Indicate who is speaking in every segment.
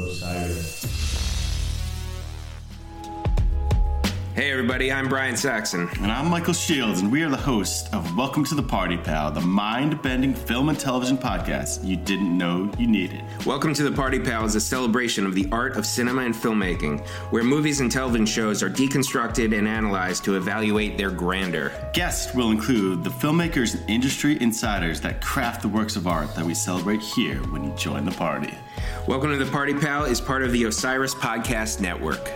Speaker 1: Osiris.
Speaker 2: Hey, everybody, I'm Brian Saxon.
Speaker 3: And I'm Michael Shields, and we are the hosts of Welcome to the Party Pal, the mind bending film and television podcast you didn't know you needed.
Speaker 2: Welcome to the Party Pal is a celebration of the art of cinema and filmmaking, where movies and television shows are deconstructed and analyzed to evaluate their grandeur.
Speaker 3: Guests will include the filmmakers and industry insiders that craft the works of art that we celebrate here when you join the party.
Speaker 2: Welcome to the Party Pal is part of the Osiris Podcast Network.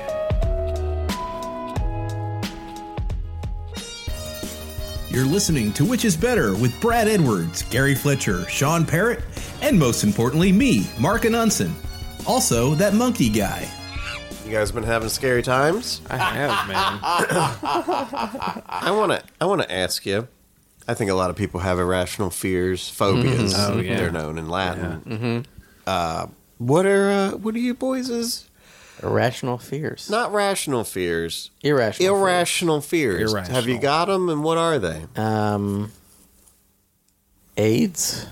Speaker 4: You're listening to Which is Better with Brad Edwards, Gary Fletcher, Sean Parrott, and most importantly, me, Mark Anunson. Also, that monkey guy.
Speaker 5: You guys been having scary times?
Speaker 6: I have, man.
Speaker 5: I want to. I want to ask you. I think a lot of people have irrational fears, phobias.
Speaker 6: Oh, yeah.
Speaker 5: They're known in Latin. Uh, what are uh, what are you boys'
Speaker 6: Irrational fears.
Speaker 5: not rational fears?
Speaker 6: Irrational. fears.
Speaker 5: Irrational fears.
Speaker 6: Irrational.
Speaker 5: Have you got them, and what are they?
Speaker 6: Um, AIDS?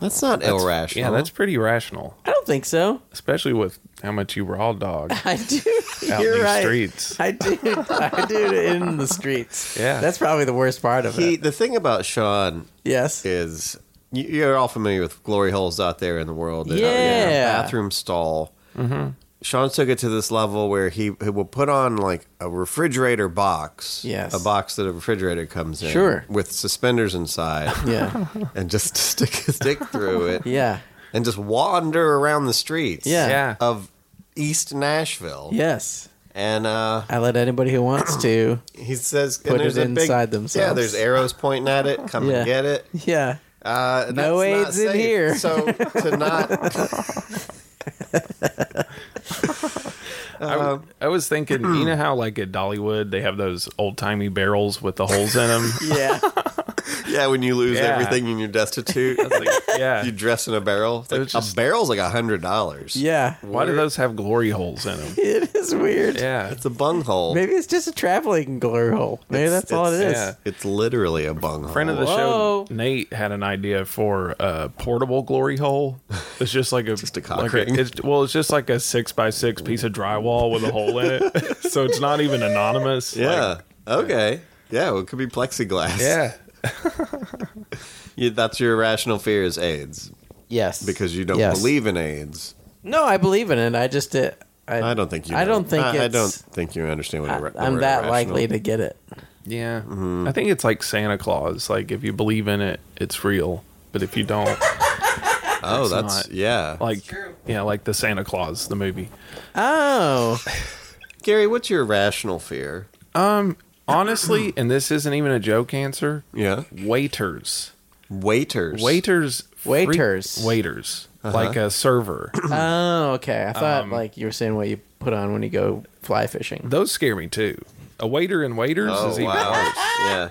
Speaker 5: That's not irrational.
Speaker 7: Yeah, that's pretty rational,
Speaker 6: I don't think so.
Speaker 7: especially with how much you raw dog
Speaker 6: I do.
Speaker 7: out in
Speaker 6: You're
Speaker 7: these
Speaker 6: right.
Speaker 7: streets.
Speaker 6: I do. I do it in the streets.
Speaker 7: Yeah.
Speaker 6: That's probably the worst part of
Speaker 5: he,
Speaker 6: it.
Speaker 5: the thing about Sean
Speaker 6: Yes.
Speaker 5: is you- you're all familiar with glory holes out there in the world. that are, you know,
Speaker 6: Yeah. Mm-hmm.
Speaker 5: bathroom stall. Sean took it to this level where he, he will put on like a refrigerator box.
Speaker 6: Yes.
Speaker 5: A box that a refrigerator comes in.
Speaker 6: Sure.
Speaker 5: With suspenders inside.
Speaker 6: Yeah.
Speaker 5: and just stick his dick through it.
Speaker 6: Yeah.
Speaker 5: And just wander around the streets.
Speaker 6: Yeah.
Speaker 7: Yeah.
Speaker 5: Of East Nashville.
Speaker 6: Yes.
Speaker 5: And uh,
Speaker 6: I let anybody who wants to.
Speaker 5: he says,
Speaker 6: Put
Speaker 5: and there's
Speaker 6: it
Speaker 5: a big-
Speaker 6: inside
Speaker 5: Yeah,
Speaker 6: themselves.
Speaker 5: there's arrows pointing at it. Come
Speaker 6: Yeah.
Speaker 5: and get it.
Speaker 6: Yeah.
Speaker 5: Uh,
Speaker 6: No
Speaker 5: that's not
Speaker 6: AIDS in
Speaker 5: safe.
Speaker 6: here.
Speaker 5: So to not,
Speaker 7: I,
Speaker 5: Uh-huh.
Speaker 7: w- I was thinking, you know how like at Dollywood they have those old timey barrels with the holes in them.
Speaker 6: Yeah.
Speaker 5: yeah, when you lose
Speaker 7: Yeah.
Speaker 5: everything and you're destitute,
Speaker 7: yeah.
Speaker 5: you dress in a barrel. It's like,
Speaker 7: was
Speaker 5: a
Speaker 7: just-
Speaker 5: barrel's like a hundred dollars.
Speaker 6: Yeah.
Speaker 7: Why do those have glory holes in them?
Speaker 6: It is weird.
Speaker 7: Yeah.
Speaker 5: it's a bunghole.
Speaker 6: Maybe it's just a traveling glory hole. Maybe that's all it is.
Speaker 5: it's- It's literally a bunghole.
Speaker 7: Friend of the
Speaker 6: Whoa.
Speaker 7: show, Nate had an idea for a portable glory hole. It's just like a just
Speaker 5: a cock
Speaker 7: like
Speaker 5: ring.
Speaker 7: it's, well, it's just like a six by six piece of drywall with a hole in it, so it's not even anonymous. like-
Speaker 5: yeah. okay. Yeah, well, it could be plexiglass.
Speaker 7: yeah.
Speaker 5: Yeah, that's your irrational fear is AIDS
Speaker 6: Yes.
Speaker 5: because you don't
Speaker 6: Yes.
Speaker 5: believe in AIDS.
Speaker 6: No, I believe in it. I just did. I,
Speaker 5: I don't think you.
Speaker 6: I
Speaker 5: know.
Speaker 6: don't think
Speaker 5: I, I
Speaker 6: it's,
Speaker 5: don't think you understand what
Speaker 6: I, am that likely to get it.
Speaker 7: Yeah.
Speaker 5: Mm-hmm.
Speaker 7: I think it's like Santa Claus. Like if you believe in it, it's real. But if you don't,
Speaker 5: Oh, that's
Speaker 7: not.
Speaker 5: yeah.
Speaker 7: like yeah, like the Santa Claus the movie.
Speaker 6: Oh,
Speaker 5: Gary, what's your irrational fear?
Speaker 7: Honestly, and this isn't even a joke answer.
Speaker 5: Yeah,
Speaker 7: Waiters.
Speaker 5: waiters.
Speaker 7: Waiters freak-
Speaker 6: Waiters.
Speaker 7: waiters.
Speaker 5: Uh-huh.
Speaker 7: Like a server.
Speaker 6: oh, okay. I thought
Speaker 5: Um,
Speaker 6: like you were saying what you put on when you go fly fishing.
Speaker 7: Those scare me too. A waiter and waiters
Speaker 5: Oh
Speaker 7: is even
Speaker 5: wow. yeah.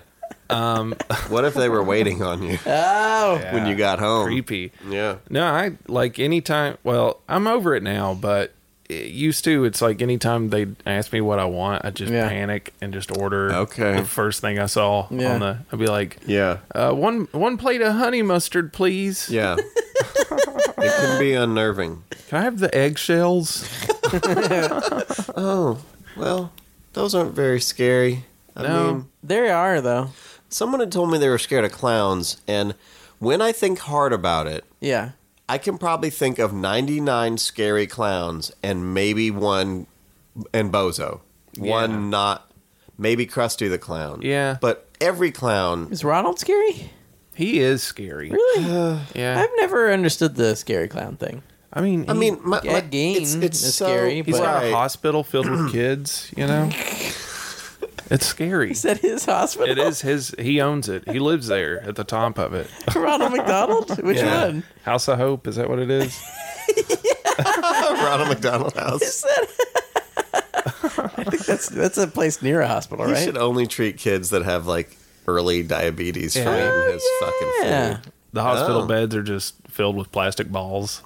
Speaker 5: Um, what if they were waiting on you
Speaker 6: Oh,
Speaker 7: Yeah.
Speaker 5: when you got home?
Speaker 7: creepy.
Speaker 5: Yeah.
Speaker 7: No, I like anytime. Well, I'm over it now, but it used to, it's like anytime they ask me what I want, I just
Speaker 6: Yeah.
Speaker 7: panic and just order.
Speaker 5: Okay.
Speaker 7: The first thing I saw
Speaker 6: Yeah.
Speaker 7: on the, I'd be like,
Speaker 5: Yeah.
Speaker 7: uh, one one plate of honey mustard, please.
Speaker 5: Yeah. it can be unnerving.
Speaker 7: Can I have the eggshells?
Speaker 5: Well, those aren't very scary. I
Speaker 7: No.
Speaker 5: mean,
Speaker 6: there you are though.
Speaker 5: someone had told me they were scared of clowns, and when I think hard about it,
Speaker 6: Yeah.
Speaker 5: I can probably think of 99 scary clowns and maybe one and Bozo.
Speaker 7: Yeah.
Speaker 5: One not maybe Krusty the Clown.
Speaker 7: Yeah.
Speaker 5: But every clown
Speaker 6: Is Ronald scary?
Speaker 7: He is scary.
Speaker 6: Really?
Speaker 7: Yeah.
Speaker 6: I've never understood the scary clown thing.
Speaker 7: I mean,
Speaker 5: I
Speaker 7: he-
Speaker 5: mean my,
Speaker 6: Ed
Speaker 5: my-
Speaker 6: Gein
Speaker 5: it's, it's
Speaker 6: is
Speaker 5: so
Speaker 6: scary,
Speaker 7: he's
Speaker 6: but-
Speaker 7: got
Speaker 5: right.
Speaker 7: a hospital filled with kids. You know, it's scary.
Speaker 6: Is that his hospital?
Speaker 7: It is his. He owns it. He lives there at the top of it.
Speaker 6: Ronald McDonald. Which
Speaker 5: Yeah.
Speaker 6: one?
Speaker 7: House of Hope is that what it is?
Speaker 5: Ronald McDonald House.
Speaker 6: I think that's that's a place near a hospital,
Speaker 5: You
Speaker 6: right?
Speaker 5: should only treat kids that have like early diabetes for
Speaker 7: Yeah.
Speaker 5: eating his fucking
Speaker 6: yeah.
Speaker 5: food.
Speaker 7: The hospital
Speaker 5: Oh.
Speaker 7: beds are just filled with plastic balls.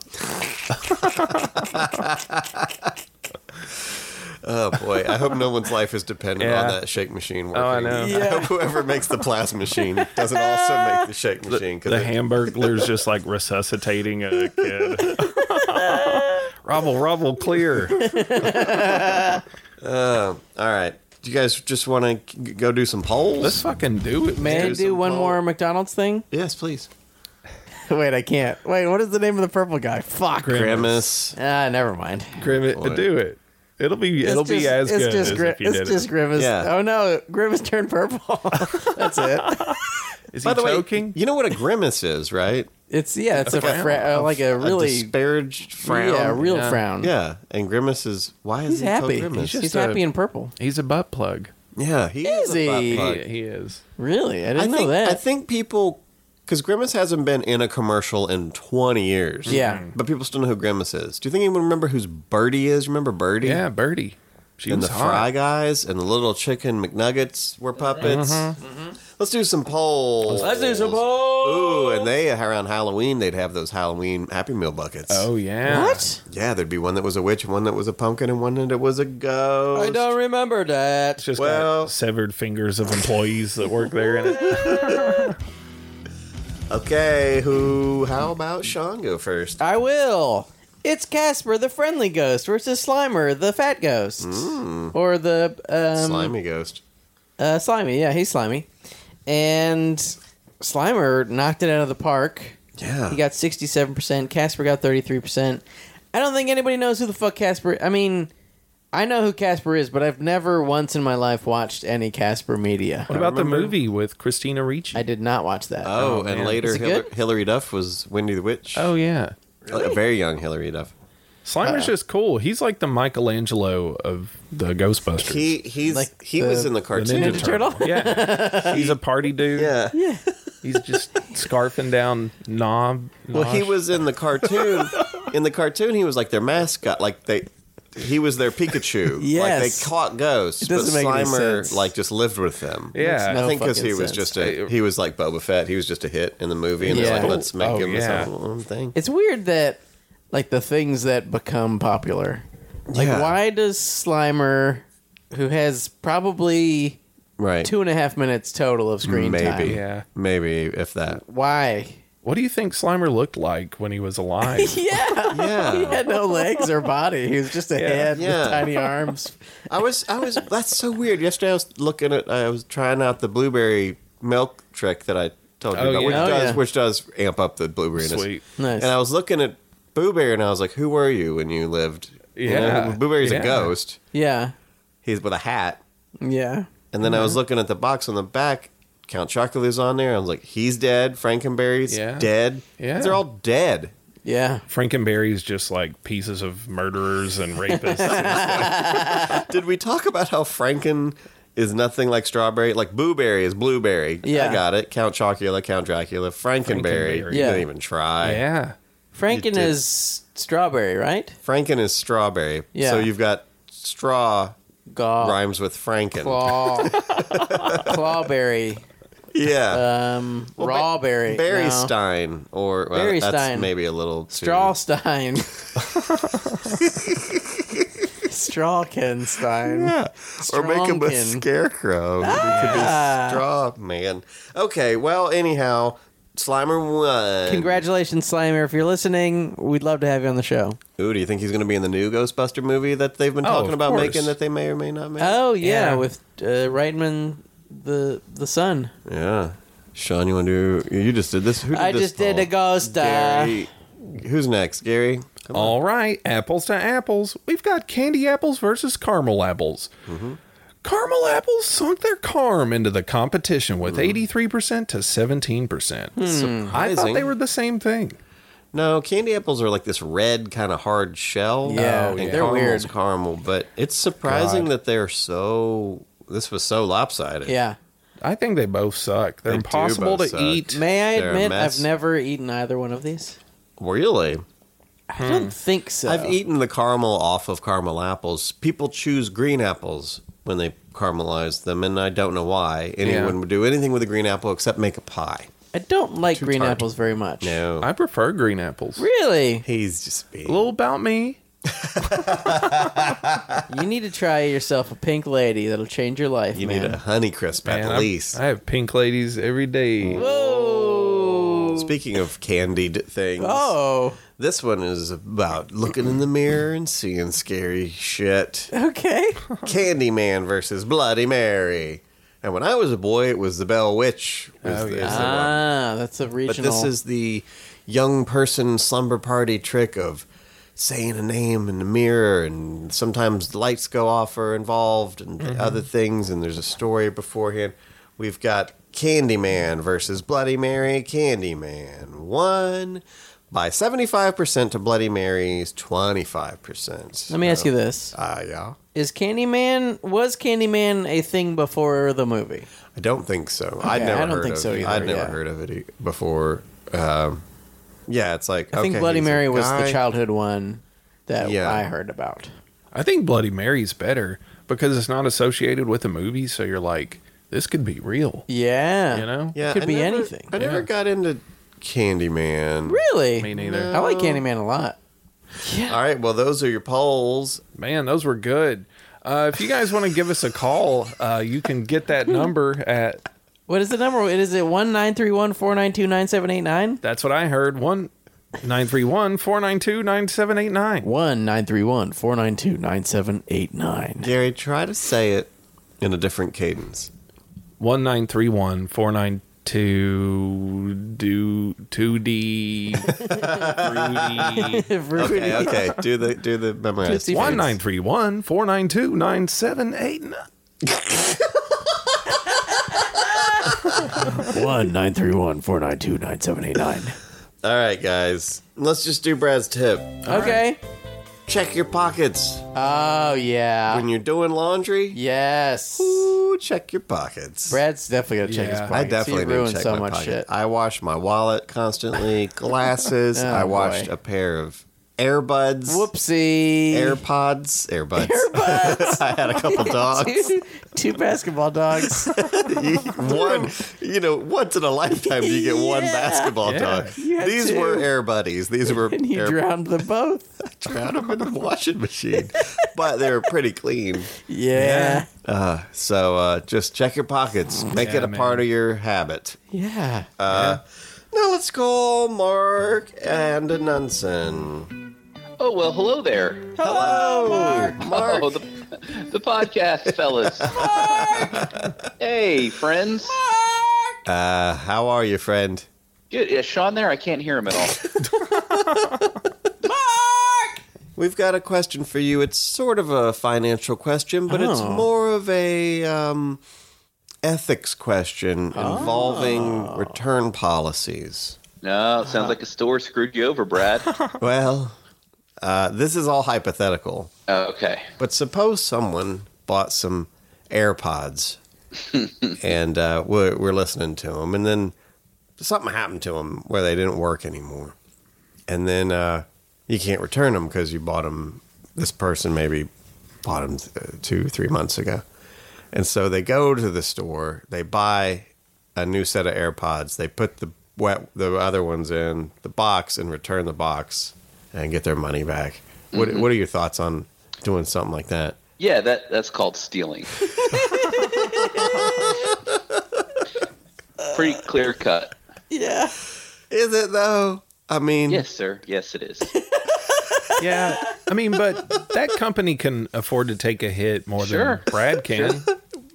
Speaker 5: Oh boy, I hope no one's life is dependent
Speaker 7: Yeah.
Speaker 5: on that shake machine working.
Speaker 7: I know.
Speaker 5: I
Speaker 6: Yeah.
Speaker 5: hope whoever makes the plasma machine doesn't also make the shake machine
Speaker 7: The
Speaker 5: it-
Speaker 7: hamburglar's just like resuscitating a kid. Rubble, rubble, clear.
Speaker 5: All right. Do you guys just want to go do some polls?
Speaker 7: Let's fucking do it,
Speaker 6: May I
Speaker 7: man.
Speaker 5: There's
Speaker 6: do
Speaker 5: some
Speaker 6: one
Speaker 5: pol-
Speaker 6: more McDonald's thing?
Speaker 5: yes, please.
Speaker 6: Wait, I can't. Wait, what is the name of the purple guy? Fuck.
Speaker 5: Grimace. Oh,
Speaker 6: Ah, never mind.
Speaker 7: Grimace, do it. It'll be it'll be as
Speaker 6: it's
Speaker 7: good
Speaker 6: just
Speaker 7: as
Speaker 6: Gri-
Speaker 7: if you
Speaker 6: it's
Speaker 7: did
Speaker 6: just
Speaker 7: it.
Speaker 6: Grimace.
Speaker 5: Yeah.
Speaker 6: Oh no, Grimace turned purple. That's it.
Speaker 7: Is
Speaker 5: By
Speaker 7: he
Speaker 5: the
Speaker 7: choking?
Speaker 5: way, you know what a grimace is, right?
Speaker 6: It's yeah, it's a, fra- uh, like a
Speaker 5: a
Speaker 6: really
Speaker 5: disparaged frown.
Speaker 6: yeah,
Speaker 5: Yeah,
Speaker 6: a real frown.
Speaker 5: and grimace is why is
Speaker 6: he's
Speaker 5: he called
Speaker 6: happy.
Speaker 5: grimace?
Speaker 6: He's,
Speaker 7: just a-
Speaker 6: happy in purple.
Speaker 7: He's a butt plug.
Speaker 5: yeah, he
Speaker 6: Is
Speaker 5: is, a butt
Speaker 6: he?
Speaker 5: plug.
Speaker 7: He, he is.
Speaker 6: Really, I didn't
Speaker 5: I
Speaker 6: know
Speaker 5: think
Speaker 6: that.
Speaker 5: I think people because grimace hasn't been in a commercial in twenty years.
Speaker 6: Yeah.
Speaker 5: but people still know who grimace is. Do you think anyone remember who's Birdie is? Remember Birdie?
Speaker 7: Yeah, Birdie. She
Speaker 5: and
Speaker 7: was
Speaker 5: the
Speaker 7: hot.
Speaker 5: Fry Guys and the Little Chicken McNuggets were puppets.
Speaker 7: Mm-hmm.
Speaker 5: Let's do some polls.
Speaker 6: Uh-huh. Mm-hmm. Let's do some polls.
Speaker 5: Ooh, and they around Halloween they'd have those Halloween Happy Meal buckets.
Speaker 7: Oh yeah.
Speaker 6: What?
Speaker 5: yeah, there'd be one that was a witch, one that was a pumpkin, and one that was a ghost.
Speaker 6: I don't remember that.
Speaker 7: It's just
Speaker 5: Well-
Speaker 7: got severed fingers of employees that work there in it.
Speaker 5: Okay, who? How about Sean go first?
Speaker 7: Um,
Speaker 6: I will. It's Casper the friendly ghost versus Slimer the fat ghost, or the um,
Speaker 5: Slimy ghost.
Speaker 6: Uh, slimy, yeah, he's slimy, and Slimer knocked it out of the park.
Speaker 5: Yeah.
Speaker 6: He got sixty-seven percent. Casper got thirty-three percent. I don't think anybody knows who the fuck Casper. I mean, I know who Casper is, but I've never once in my life watched any Casper media.
Speaker 7: What about the movie with Christina Ricci?
Speaker 6: I did not watch that.
Speaker 5: oh,
Speaker 7: man.
Speaker 5: and later
Speaker 6: Is it
Speaker 5: Hillary,
Speaker 6: good?
Speaker 5: Hillary Duff was Wendy the Witch.
Speaker 7: oh yeah.
Speaker 5: Like, a very young Hillary Duff. Uh.
Speaker 7: Slimer's just cool. He's like the Michelangelo of the Ghostbusters.
Speaker 5: He he's
Speaker 6: Like
Speaker 5: he
Speaker 6: the-
Speaker 5: was in the
Speaker 7: the
Speaker 5: cartoon.
Speaker 6: Ninja Turtle.
Speaker 7: Yeah. He's a party dude.
Speaker 5: Yeah.
Speaker 7: He's just scarfing down knob.
Speaker 5: Well, he was in the cartoon. in the cartoon, he was like their mascot. Like they, he was their Pikachu. Like
Speaker 6: Yes.
Speaker 5: they caught ghosts,
Speaker 6: It
Speaker 5: but
Speaker 6: doesn't make any
Speaker 5: Slimer
Speaker 6: sense.
Speaker 5: like just lived with them.
Speaker 7: Yeah.
Speaker 5: I
Speaker 6: No
Speaker 5: think because
Speaker 6: fucking
Speaker 5: he was
Speaker 6: sense.
Speaker 5: just a he was like Boba Fett. He was just a hit in the movie, and they're
Speaker 6: Yeah.
Speaker 5: like, let's make
Speaker 7: Oh,
Speaker 5: him
Speaker 7: yeah.
Speaker 5: his own thing.
Speaker 6: It's weird that like the things that become popular. Like
Speaker 5: Yeah.
Speaker 6: why does Slimer who has probably
Speaker 5: right.
Speaker 6: two and a half minutes total of screen
Speaker 5: Maybe.
Speaker 6: time.
Speaker 7: Yeah.
Speaker 5: Maybe if that.
Speaker 6: Why?
Speaker 7: What do you think Slimer looked like when he was alive?
Speaker 6: Yeah. He
Speaker 5: Yeah.
Speaker 6: had no legs or body. He was just a head
Speaker 5: Yeah.
Speaker 6: with tiny arms.
Speaker 5: I was I was that's so weird. Yesterday I was looking at I was trying out the blueberry milk trick that I told you
Speaker 7: Oh,
Speaker 5: about,
Speaker 7: yeah.
Speaker 5: which
Speaker 7: Oh,
Speaker 5: does
Speaker 6: yeah.
Speaker 5: which does amp up the blueberry.
Speaker 7: Sweet.
Speaker 6: Nice.
Speaker 5: And I was looking at Boo Bear, and I was like, "Who were you when you lived?" You know,
Speaker 7: Yeah.
Speaker 5: Boo Bear's
Speaker 7: Yeah.
Speaker 5: a ghost.
Speaker 6: yeah.
Speaker 5: He's with a hat.
Speaker 6: Yeah.
Speaker 5: And then I
Speaker 7: Mm-hmm.
Speaker 5: was looking at the box on the back. Count Chocula's on there. I was like, "He's dead." Frankenberry's
Speaker 7: Yeah.
Speaker 5: dead.
Speaker 7: Yeah.
Speaker 5: they're all dead.
Speaker 6: Yeah.
Speaker 7: Frankenberry's just like pieces of murderers and rapists.
Speaker 5: Did we talk about how Franken is nothing like strawberry? Like blueberry is blueberry.
Speaker 6: Yeah.
Speaker 5: I got it. Count Chocula, Count Dracula, Frankenberry.
Speaker 7: Frankenberry.
Speaker 5: You
Speaker 6: Yeah.
Speaker 5: didn't even try.
Speaker 7: yeah.
Speaker 6: Franken
Speaker 5: did.
Speaker 6: is strawberry, right?
Speaker 5: Franken is strawberry.
Speaker 6: Yeah.
Speaker 5: So you've got straw
Speaker 6: Gaw.
Speaker 5: rhymes with Franken.
Speaker 6: Claw. Clawberry.
Speaker 5: Yeah.
Speaker 6: Um, rawberry.
Speaker 5: Barry
Speaker 6: no.
Speaker 5: Stein, or well,
Speaker 6: Barry
Speaker 5: that's
Speaker 6: Stein.
Speaker 5: maybe a little too-
Speaker 6: Strawstein. Strawkenstein.
Speaker 5: or make him a
Speaker 6: Strongkin. Ah.
Speaker 5: scarecrow. He could be straw man. Okay, well, anyhow, Slimer won.
Speaker 6: Congratulations, Slimer. If you're listening, we'd love to have you on the show.
Speaker 5: Ooh, do you think he's going to be in the new Ghostbuster movie that they've been
Speaker 7: Oh,
Speaker 5: talking
Speaker 7: of
Speaker 5: about
Speaker 7: course.
Speaker 5: making that they may or may not make?
Speaker 6: Oh yeah,
Speaker 7: Yeah.
Speaker 6: with uh, Reitman, the the son.
Speaker 5: yeah, Sean, you want to? do You just did this. Who did
Speaker 6: I
Speaker 5: this
Speaker 6: just did
Speaker 5: poll?
Speaker 6: a ghost. Uh,
Speaker 5: Gary. Who's next, Gary? Come on.
Speaker 7: All right, apples to apples. We've got candy apples versus caramel apples.
Speaker 5: Mm-hmm.
Speaker 7: Caramel apples sunk their carm into the competition with
Speaker 5: Mm.
Speaker 7: 83% to 17%.
Speaker 5: Hmm.
Speaker 7: I thought
Speaker 5: Surprising.
Speaker 7: they were the same thing.
Speaker 5: No, candy apples are like this red kind of hard shell.
Speaker 6: Yeah, Oh,
Speaker 5: and
Speaker 6: yeah. they're
Speaker 5: caramel's
Speaker 6: weird.
Speaker 5: caramel, but it's surprising that they're so. This was so lopsided.
Speaker 6: yeah.
Speaker 7: I think they both suck. They're
Speaker 5: They do
Speaker 7: impossible to
Speaker 5: both suck.
Speaker 7: eat.
Speaker 6: May I
Speaker 5: They're a
Speaker 6: admit
Speaker 5: mess.
Speaker 6: I've never eaten either one of these.
Speaker 5: really.
Speaker 6: I don't think so.
Speaker 5: Hmm. I've eaten the caramel off of caramel apples. People choose green apples when they caramelize them, and I don't know why anyone
Speaker 7: Yeah.
Speaker 5: would do anything with a green apple except make a pie.
Speaker 6: I don't like green
Speaker 7: tart.
Speaker 6: apples very much.
Speaker 5: No,
Speaker 7: I prefer green apples.
Speaker 6: Really?
Speaker 5: he's just being.
Speaker 7: A little about me.
Speaker 6: You need to try yourself a pink lady. That'll change your life,
Speaker 5: you
Speaker 6: man.
Speaker 5: need a honey crisp
Speaker 7: Man,
Speaker 5: at
Speaker 7: I'm-
Speaker 5: least.
Speaker 7: I have pink ladies every day.
Speaker 6: Whoa.
Speaker 5: Speaking of candied things,
Speaker 6: Oh,
Speaker 5: this one is about looking in the mirror and seeing scary shit.
Speaker 6: okay.
Speaker 7: Uh-huh.
Speaker 5: Candyman versus Bloody Mary. And when I was a boy, it was the Bell Witch. Was oh,
Speaker 6: Ah, that's a
Speaker 5: But
Speaker 6: regional.
Speaker 5: this is the young person slumber party trick of saying a name in the mirror, and sometimes the lights go off or involved, and
Speaker 6: Mm-hmm.
Speaker 5: other things, and there's a story beforehand. We've got Candyman versus Bloody Mary. Candyman won by 75% to Bloody Mary's 25%.
Speaker 6: Let me ask you this:
Speaker 5: Ah, yeah.
Speaker 6: Is Candyman was Candyman a thing before the movie?
Speaker 5: I don't think so. I'd
Speaker 6: Okay,
Speaker 5: never
Speaker 6: I don't
Speaker 5: heard
Speaker 6: think
Speaker 5: of
Speaker 6: so
Speaker 5: it.
Speaker 6: either,
Speaker 5: I'd never
Speaker 6: yeah.
Speaker 5: heard of it e- before. Um, yeah, it's like
Speaker 6: I think
Speaker 5: okay,
Speaker 6: Bloody
Speaker 5: he's a
Speaker 6: Mary was the
Speaker 5: guy.
Speaker 6: childhood one that
Speaker 5: Yeah.
Speaker 6: I heard about.
Speaker 7: I think Bloody Mary's better because it's not associated with a movie, so you're like, this could be real.
Speaker 6: Yeah,
Speaker 7: You know?
Speaker 5: Yeah,
Speaker 6: Could
Speaker 5: I
Speaker 6: be
Speaker 5: never-
Speaker 6: anything.
Speaker 5: I never
Speaker 7: Yeah.
Speaker 5: got into Candyman.
Speaker 6: really.
Speaker 7: Me neither.
Speaker 6: I like Candyman a lot.
Speaker 5: All right, well, those are your polls.
Speaker 7: Man, those were good. Uh, if you guys want to give us a call, uh, you can get that number at
Speaker 6: What is the number? It is it one nine three one four nine two nine seven eight nine.
Speaker 7: that's what I heard one nine three one four nine two nine seven eight nine.
Speaker 6: One nine three one four nine two nine seven eight nine.
Speaker 5: Gary, try to say it in a different cadence.
Speaker 7: One nine three one four nine two do two D
Speaker 5: Okay, okay, do the do the memorize.
Speaker 6: Tootsie
Speaker 7: one nine three one four nine two nine seven eight nine.
Speaker 6: One nine three one four nine two nine seven eight nine.
Speaker 5: All right, guys, let's just do Brad's tip.
Speaker 6: Okay.
Speaker 5: Check your pockets
Speaker 6: Oh yeah.
Speaker 5: when you're doing laundry.
Speaker 6: Yes.
Speaker 5: Ooh, check your pockets.
Speaker 6: Brad's definitely gonna check his
Speaker 7: Yeah. I
Speaker 6: pockets.
Speaker 5: I definitely
Speaker 6: he
Speaker 5: didn't
Speaker 6: ruined
Speaker 5: check
Speaker 6: so
Speaker 5: my
Speaker 6: much
Speaker 5: pocket.
Speaker 6: shit.
Speaker 5: I washed my wallet constantly, glasses.
Speaker 6: Oh,
Speaker 5: I washed
Speaker 6: boy.
Speaker 5: a pair of Airbuds,
Speaker 6: Whoopsie.
Speaker 5: AirPods, Airbuds.
Speaker 6: Airbuds.
Speaker 5: I had a couple dogs.
Speaker 6: two, two basketball dogs.
Speaker 5: one, you know, once in a lifetime you get one
Speaker 6: Yeah.
Speaker 5: basketball dog.
Speaker 6: You had
Speaker 5: These
Speaker 6: two.
Speaker 5: were Air Buddies. These were
Speaker 6: and you
Speaker 5: Air
Speaker 6: drowned them both.
Speaker 5: drowned them in the washing machine, but they were pretty clean.
Speaker 6: Yeah.
Speaker 5: So uh, just check your pockets. Make it
Speaker 7: Yeah,
Speaker 5: a
Speaker 7: man.
Speaker 5: part of your habit.
Speaker 6: Yeah.
Speaker 5: Um, Now let's call Mark and Nunson.
Speaker 1: Oh, well, hello there.
Speaker 5: Hello, Mark.
Speaker 1: Oh, the, the podcast, fellas. hey, friends.
Speaker 5: Uh, how are you, friend?
Speaker 1: Good. Is Sean there? I can't hear him at all.
Speaker 5: We've got a question for you. It's sort of a financial question, but it's
Speaker 6: Oh.
Speaker 5: more of a um, ethics question
Speaker 6: Ah.
Speaker 5: involving return policies.
Speaker 1: No, it
Speaker 5: Uh-huh.
Speaker 1: sounds like a store screwed you over, Brad.
Speaker 5: Well, uh, this is all hypothetical,
Speaker 1: okay.
Speaker 5: but suppose someone bought some AirPods and uh, we're, we're listening to them, and then something happened to them where they didn't work anymore. And then uh, you can't return them because you bought them, this person maybe bought them uh, two, three months ago. And so they go to the store, they buy a new set of AirPods, they put the wet, the other ones in the box and return the box and get their money back.
Speaker 1: Mm-hmm.
Speaker 5: What, what are your thoughts on doing something like that?
Speaker 1: Yeah, that that's called stealing. Pretty clear cut.
Speaker 6: Yeah.
Speaker 5: Is it though? I mean,
Speaker 1: Yes, sir. Yes, it is.
Speaker 7: Yeah, I mean, but that company can afford to take a hit more
Speaker 1: Sure.
Speaker 7: than Brad can.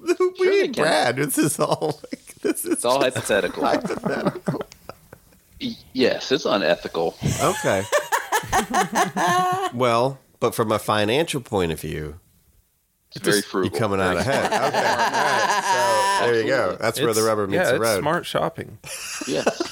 Speaker 5: we
Speaker 1: they
Speaker 5: need
Speaker 1: can.
Speaker 5: Brad. This is all. Like, this is
Speaker 1: It's all hypothetical. Y- yes, it's unethical.
Speaker 5: Okay. well, but from a financial point of view,
Speaker 1: It's very frugal.
Speaker 5: you're coming out ahead. Okay. All right. So there you go. That's where the
Speaker 7: It's-
Speaker 5: rubber meets
Speaker 7: yeah,
Speaker 5: the
Speaker 7: it's
Speaker 5: road.
Speaker 7: smart shopping.
Speaker 1: Yes.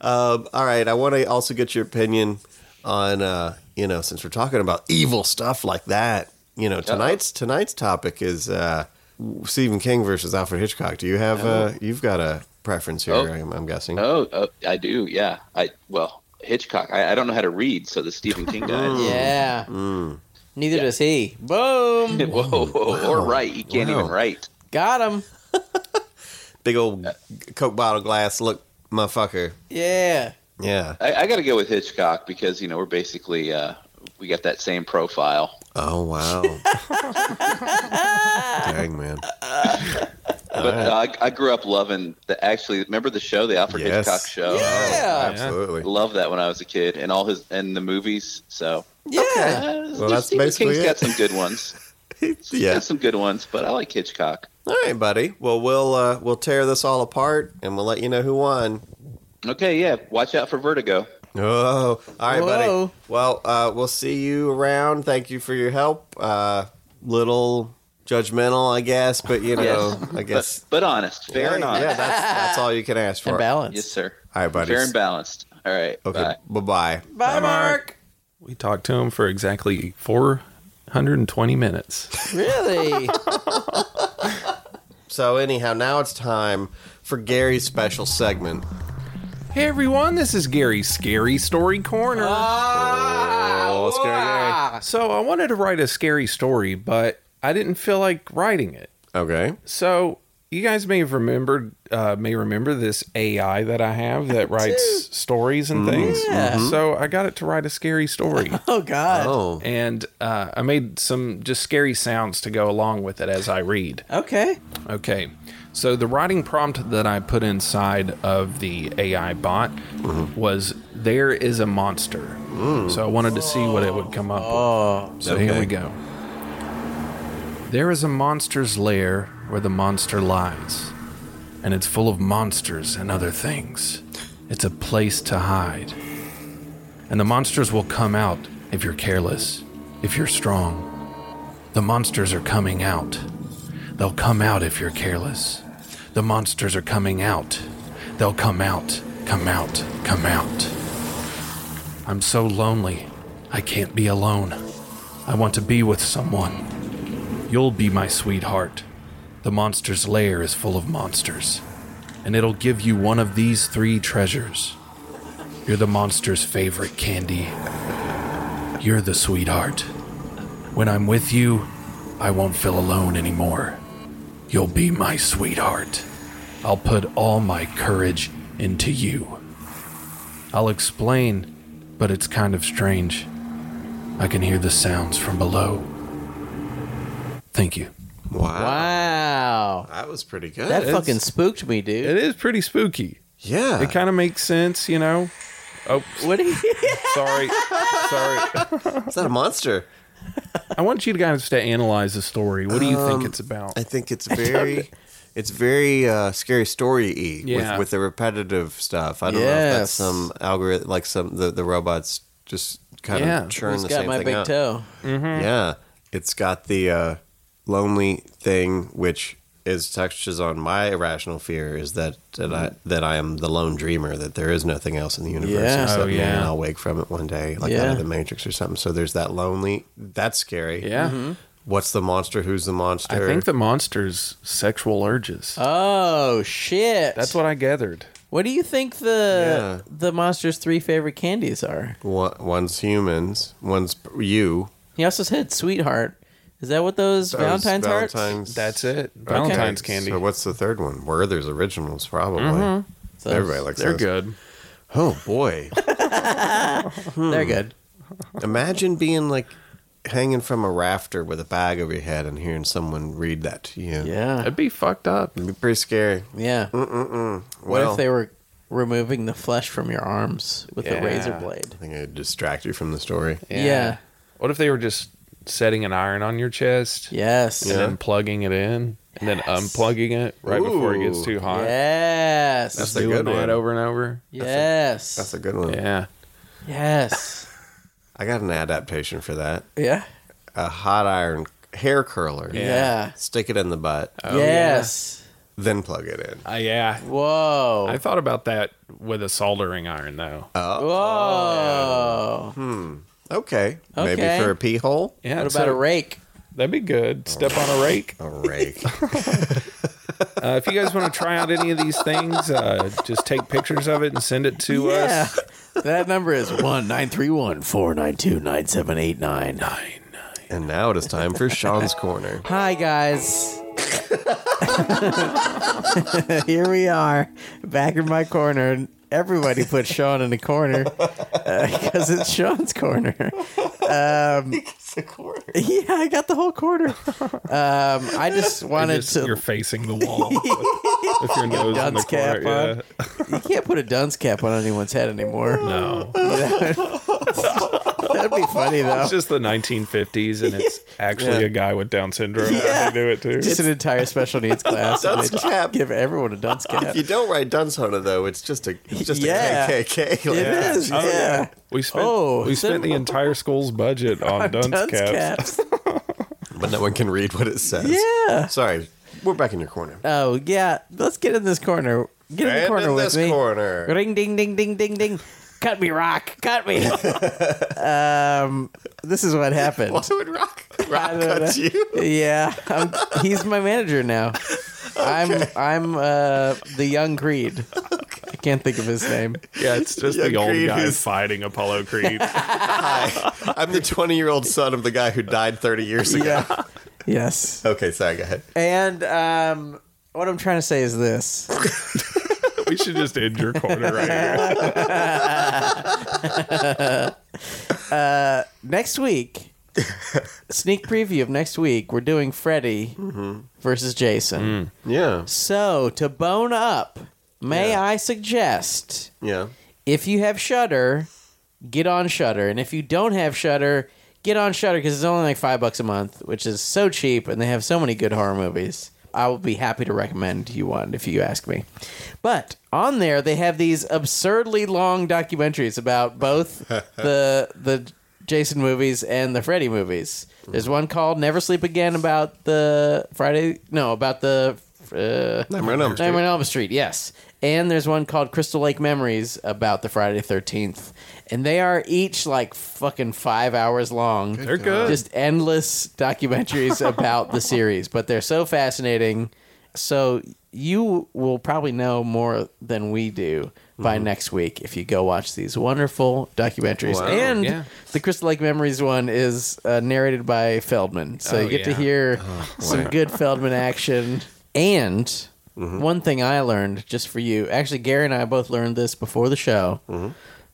Speaker 5: Um, all right. I want to also get your opinion on, uh, you know, since we're talking about evil stuff like that, you know, tonight's tonight's topic is uh, Stephen King versus Alfred Hitchcock. Do you have uh, you've got a preference here?
Speaker 1: Oh.
Speaker 5: I'm, I'm guessing.
Speaker 1: Oh, oh, I do. Yeah. I well, Hitchcock. I, I don't know how to read, so the Stephen King guy.
Speaker 5: Oh.
Speaker 1: is-
Speaker 6: Yeah.
Speaker 5: mm.
Speaker 6: Neither does he. Boom.
Speaker 1: whoa, whoa, whoa, or write. He can't
Speaker 5: Wow.
Speaker 1: even write.
Speaker 6: Got him.
Speaker 5: Big old Coke bottle glass. Look, motherfucker.
Speaker 6: Yeah.
Speaker 5: Yeah.
Speaker 1: I, I got to go with Hitchcock because you know we're basically uh, we got that same profile.
Speaker 5: Oh wow! Dang man.
Speaker 1: but uh, I, I grew up loving the. Actually, remember the show, the Alfred
Speaker 5: Yes.
Speaker 1: Hitchcock show? Oh,
Speaker 6: Yeah.
Speaker 5: Absolutely.
Speaker 1: Loved that when I was a kid, and all his and the movies. So
Speaker 6: Yeah.
Speaker 1: uh,
Speaker 5: Well, that's
Speaker 1: Stephen
Speaker 5: basically
Speaker 1: King's
Speaker 5: it.
Speaker 1: got some good ones. He's
Speaker 5: Yeah.
Speaker 1: got some good ones, but I like Hitchcock.
Speaker 5: All right, buddy. Well, we'll uh, we'll tear this all apart, and we'll let you know who won.
Speaker 1: Okay, yeah, watch out for Vertigo.
Speaker 5: Oh, all right,
Speaker 6: Whoa.
Speaker 5: buddy. Well, uh, we'll see you around. Thank you for your help. Uh, little judgmental, I guess, but you know, I guess.
Speaker 1: But, but honest, fair and honest.
Speaker 5: Yeah, that's, that's all you can ask for.
Speaker 6: And balance.
Speaker 1: Yes, sir.
Speaker 5: All right, buddies.
Speaker 1: Fair and balanced. All right.
Speaker 5: Okay,
Speaker 1: bye.
Speaker 5: bye bye.
Speaker 6: Bye, Mark.
Speaker 7: We talked to him for exactly 420 minutes.
Speaker 6: Really?
Speaker 5: So, anyhow, now it's time for Gary's special segment.
Speaker 7: hey, everyone, this is Gary's Scary Story Corner.
Speaker 5: Oh, let's go, Gary.
Speaker 7: so I wanted to write a scary story, but I didn't feel like writing it.
Speaker 5: Okay.
Speaker 7: So you guys may have remembered uh, may remember this AI that I have that writes stories
Speaker 5: Mm-hmm.
Speaker 7: and things. So I got it to write a scary story,
Speaker 6: oh God.
Speaker 5: Oh,
Speaker 7: and uh, I made some just scary sounds to go along with it as I read.
Speaker 6: Okay.
Speaker 7: Okay. So the writing prompt that I put inside of the AI bot was there is a monster. So I wanted to see what it would come up with. So here
Speaker 5: Okay.
Speaker 7: we go. There is a monster's lair where the monster lies, and it's full of monsters and other things. It's a place to hide. And the monsters will come out if you're careless, if you're strong. The monsters are coming out. They'll come out if you're careless. The monsters are coming out. They'll come out, come out, come out. I'm so lonely. I can't be alone. I want to be with someone. You'll be my sweetheart. The monster's lair is full of monsters, and it'll give you one of these three treasures. You're the monster's favorite candy. You're the sweetheart. When I'm with you, I won't feel alone anymore. You'll be my sweetheart. I'll put all my courage into you. I'll explain, but it's kind of strange. I can hear the sounds from below. Thank you.
Speaker 5: wow.
Speaker 6: Wow.
Speaker 5: That was pretty good.
Speaker 6: That fucking spooked me, dude.
Speaker 7: is pretty spooky.
Speaker 5: yeah.
Speaker 7: of makes sense, you know? Oh,
Speaker 6: What? Are you,
Speaker 7: sorry. sorry.
Speaker 5: Is that a monster?
Speaker 7: I want you guys to analyze the story. What do you think it's about?
Speaker 5: I think it's very, it's very uh, scary story y
Speaker 7: Yeah.
Speaker 5: with, with the repetitive stuff. I don't know if
Speaker 6: Yes.
Speaker 5: that's some algorithm, like some the, the robots just kind
Speaker 7: Yeah.
Speaker 5: of churn
Speaker 6: He's
Speaker 5: the
Speaker 6: got
Speaker 5: same
Speaker 6: my
Speaker 5: thing
Speaker 6: big
Speaker 5: out.
Speaker 6: toe.
Speaker 5: Yeah, it's got the uh, lonely thing, which is touches on my irrational fear is that that I that I am the lone dreamer, that there is nothing else in the universe
Speaker 6: Yeah.
Speaker 5: except
Speaker 7: Oh,
Speaker 5: me,
Speaker 7: yeah.
Speaker 5: and I'll wake from it one day, like out
Speaker 6: Yeah.
Speaker 5: of the Matrix or something. So there's that lonely. That's scary.
Speaker 7: yeah.
Speaker 6: Mm-hmm.
Speaker 5: What's the monster? Who's the monster?
Speaker 7: I think the monster's sexual urges.
Speaker 6: Oh shit.
Speaker 7: That's what I gathered.
Speaker 6: What do you think the
Speaker 5: Yeah.
Speaker 6: the monster's three favorite candies are?
Speaker 5: One, one's humans, one's you.
Speaker 6: He also said sweetheart. Is that what those, Valentine's, hearts?
Speaker 7: That's it. Valentine's candy. Mm-hmm.
Speaker 5: So what's the third one? Werther's originals, probably.
Speaker 6: Those-
Speaker 5: Everybody likes
Speaker 7: They're
Speaker 5: those.
Speaker 7: good.
Speaker 5: Oh boy!
Speaker 6: They're
Speaker 5: Hmm.
Speaker 6: good.
Speaker 5: Imagine being like hanging from a rafter with a bag over your head and hearing someone read that to you.
Speaker 6: Yeah.
Speaker 7: That'd be fucked up.
Speaker 5: it'd be pretty scary.
Speaker 6: Yeah. What
Speaker 5: Mm, Well,
Speaker 6: if they were removing the flesh from your arms with a razor
Speaker 7: Yeah.
Speaker 6: blade?
Speaker 5: I think it'd distract you from the story.
Speaker 6: Yeah.
Speaker 7: What if they were just setting an iron on your chest
Speaker 6: Yes.
Speaker 7: and then plugging it in and then unplugging it right before it gets
Speaker 5: Ooh.
Speaker 7: too hot?
Speaker 6: Yes.
Speaker 5: That's
Speaker 7: Doing
Speaker 5: a good
Speaker 7: that
Speaker 5: one.
Speaker 7: over and over.
Speaker 6: yes.
Speaker 5: That's a good one.
Speaker 7: Yeah.
Speaker 6: yes.
Speaker 5: I got an adaptation for that.
Speaker 6: yeah.
Speaker 5: A hot iron hair curler.
Speaker 6: Yeah. Oh,
Speaker 5: Stick it in the butt,
Speaker 6: yes.
Speaker 5: then plug it in.
Speaker 7: Uh, yeah.
Speaker 6: Whoa.
Speaker 7: I thought about that with a soldering iron though.
Speaker 6: Whoa.
Speaker 5: Okay.
Speaker 6: Okay.
Speaker 5: Maybe for a pee hole.
Speaker 7: yeah.
Speaker 6: What
Speaker 7: so
Speaker 6: about a rake?
Speaker 7: That'd be good. Step on a rake.
Speaker 5: A rake.
Speaker 7: Uh, if you guys want to try out any of these things, uh, just take pictures of it and send it to us.
Speaker 6: Yeah. that number is 1931 492 9789.
Speaker 5: and now it is time for Sean's corner.
Speaker 6: Hi, guys. Here we are, back in my uh, corner. Everybody put Sean in the corner because it's Sean's corner. Yeah, I got the whole quarter. Um, I just wanted
Speaker 7: Just-
Speaker 6: to.
Speaker 7: you're facing the wall with your nose in the
Speaker 6: dunce cap
Speaker 7: corner.
Speaker 6: on. You can't put a dunce cap on anyone's head anymore.
Speaker 7: Yeah. No.
Speaker 6: That'd be funny though.
Speaker 7: It's just the 1950s, and it's actually a guy with Down syndrome. Yeah.
Speaker 6: Yeah.
Speaker 7: They do it too.
Speaker 6: Just an entire special needs class. and
Speaker 5: Dunce
Speaker 6: they just
Speaker 5: cap.
Speaker 6: Give everyone a dunce cap.
Speaker 5: You don't write Dunsona though. It's just a it's just
Speaker 6: Yeah.
Speaker 5: a KKK.
Speaker 6: It is,
Speaker 7: Oh,
Speaker 6: yeah.
Speaker 7: We spent
Speaker 6: Oh,
Speaker 7: we spent the
Speaker 6: cinema.
Speaker 7: entire school's budget on dunce,
Speaker 6: Dunce
Speaker 7: caps.
Speaker 6: caps.
Speaker 5: But no one can read what it says.
Speaker 6: Yeah.
Speaker 5: Sorry, we're back in your corner.
Speaker 6: Oh yeah. Let's get in this corner. Get in the
Speaker 5: And
Speaker 6: corner
Speaker 5: in
Speaker 6: with
Speaker 5: this
Speaker 6: me.
Speaker 5: corner.
Speaker 6: Ring ding ding ding ding ding. Cut me, Rock. Cut me. um, this is what happened.
Speaker 5: Why would Rock Rock
Speaker 6: don't
Speaker 5: cut
Speaker 6: know.
Speaker 5: you?
Speaker 6: Yeah, I'm, he's my manager now. I'm I'm uh, the young Creed. I can't think of his name.
Speaker 7: Yeah, it's just
Speaker 5: Yeah,
Speaker 7: the old
Speaker 5: Creed
Speaker 7: guy
Speaker 5: is-
Speaker 7: fighting Apollo Creed.
Speaker 5: Hi, I'm the 20 year old son of the guy who died 30 years ago.
Speaker 6: Yeah. Yes.
Speaker 5: Okay, sorry. Go ahead.
Speaker 6: And um, what I'm trying to say is this.
Speaker 7: we should just end your corner right here.
Speaker 6: Next week, sneak preview of next week, we're doing Freddy versus Jason.
Speaker 5: Yeah,
Speaker 6: So, to bone up, may I suggest
Speaker 5: yeah.
Speaker 6: if you have Shutter, get on Shutter, and if you don't have Shutter, get on Shutter because it's only like five bucks a month, which is so cheap, and they have so many good horror movies. I will be happy to recommend you one if you ask me. But on there, they have these absurdly long documentaries about both the the Jason movies and the Freddy movies. There's one called "Never Sleep Again" about the Friday, no, about the uh,
Speaker 5: Nightmare on Elm Street.
Speaker 6: Nightmare on Elm Street, yes. And there's one called Crystal Lake Memories about the Friday Thirteenth, and they are each like fucking five hours long.
Speaker 7: They're good.
Speaker 6: Just endless documentaries about the series, but they're so fascinating. So you will probably know more than we do by
Speaker 5: Mm-hmm.
Speaker 6: next week if you go watch these wonderful documentaries.
Speaker 5: Wow.
Speaker 6: and
Speaker 7: Yeah.
Speaker 6: the Crystal Lake Memories one is uh, narrated by Feldman, so
Speaker 7: Oh,
Speaker 6: you get to
Speaker 7: yeah.
Speaker 6: hear
Speaker 5: Oh,
Speaker 6: some good Feldman action. And
Speaker 5: Mm-hmm.
Speaker 6: one thing I learned just for you, actually, Gary and I both learned this before the show.
Speaker 5: Mm-hmm.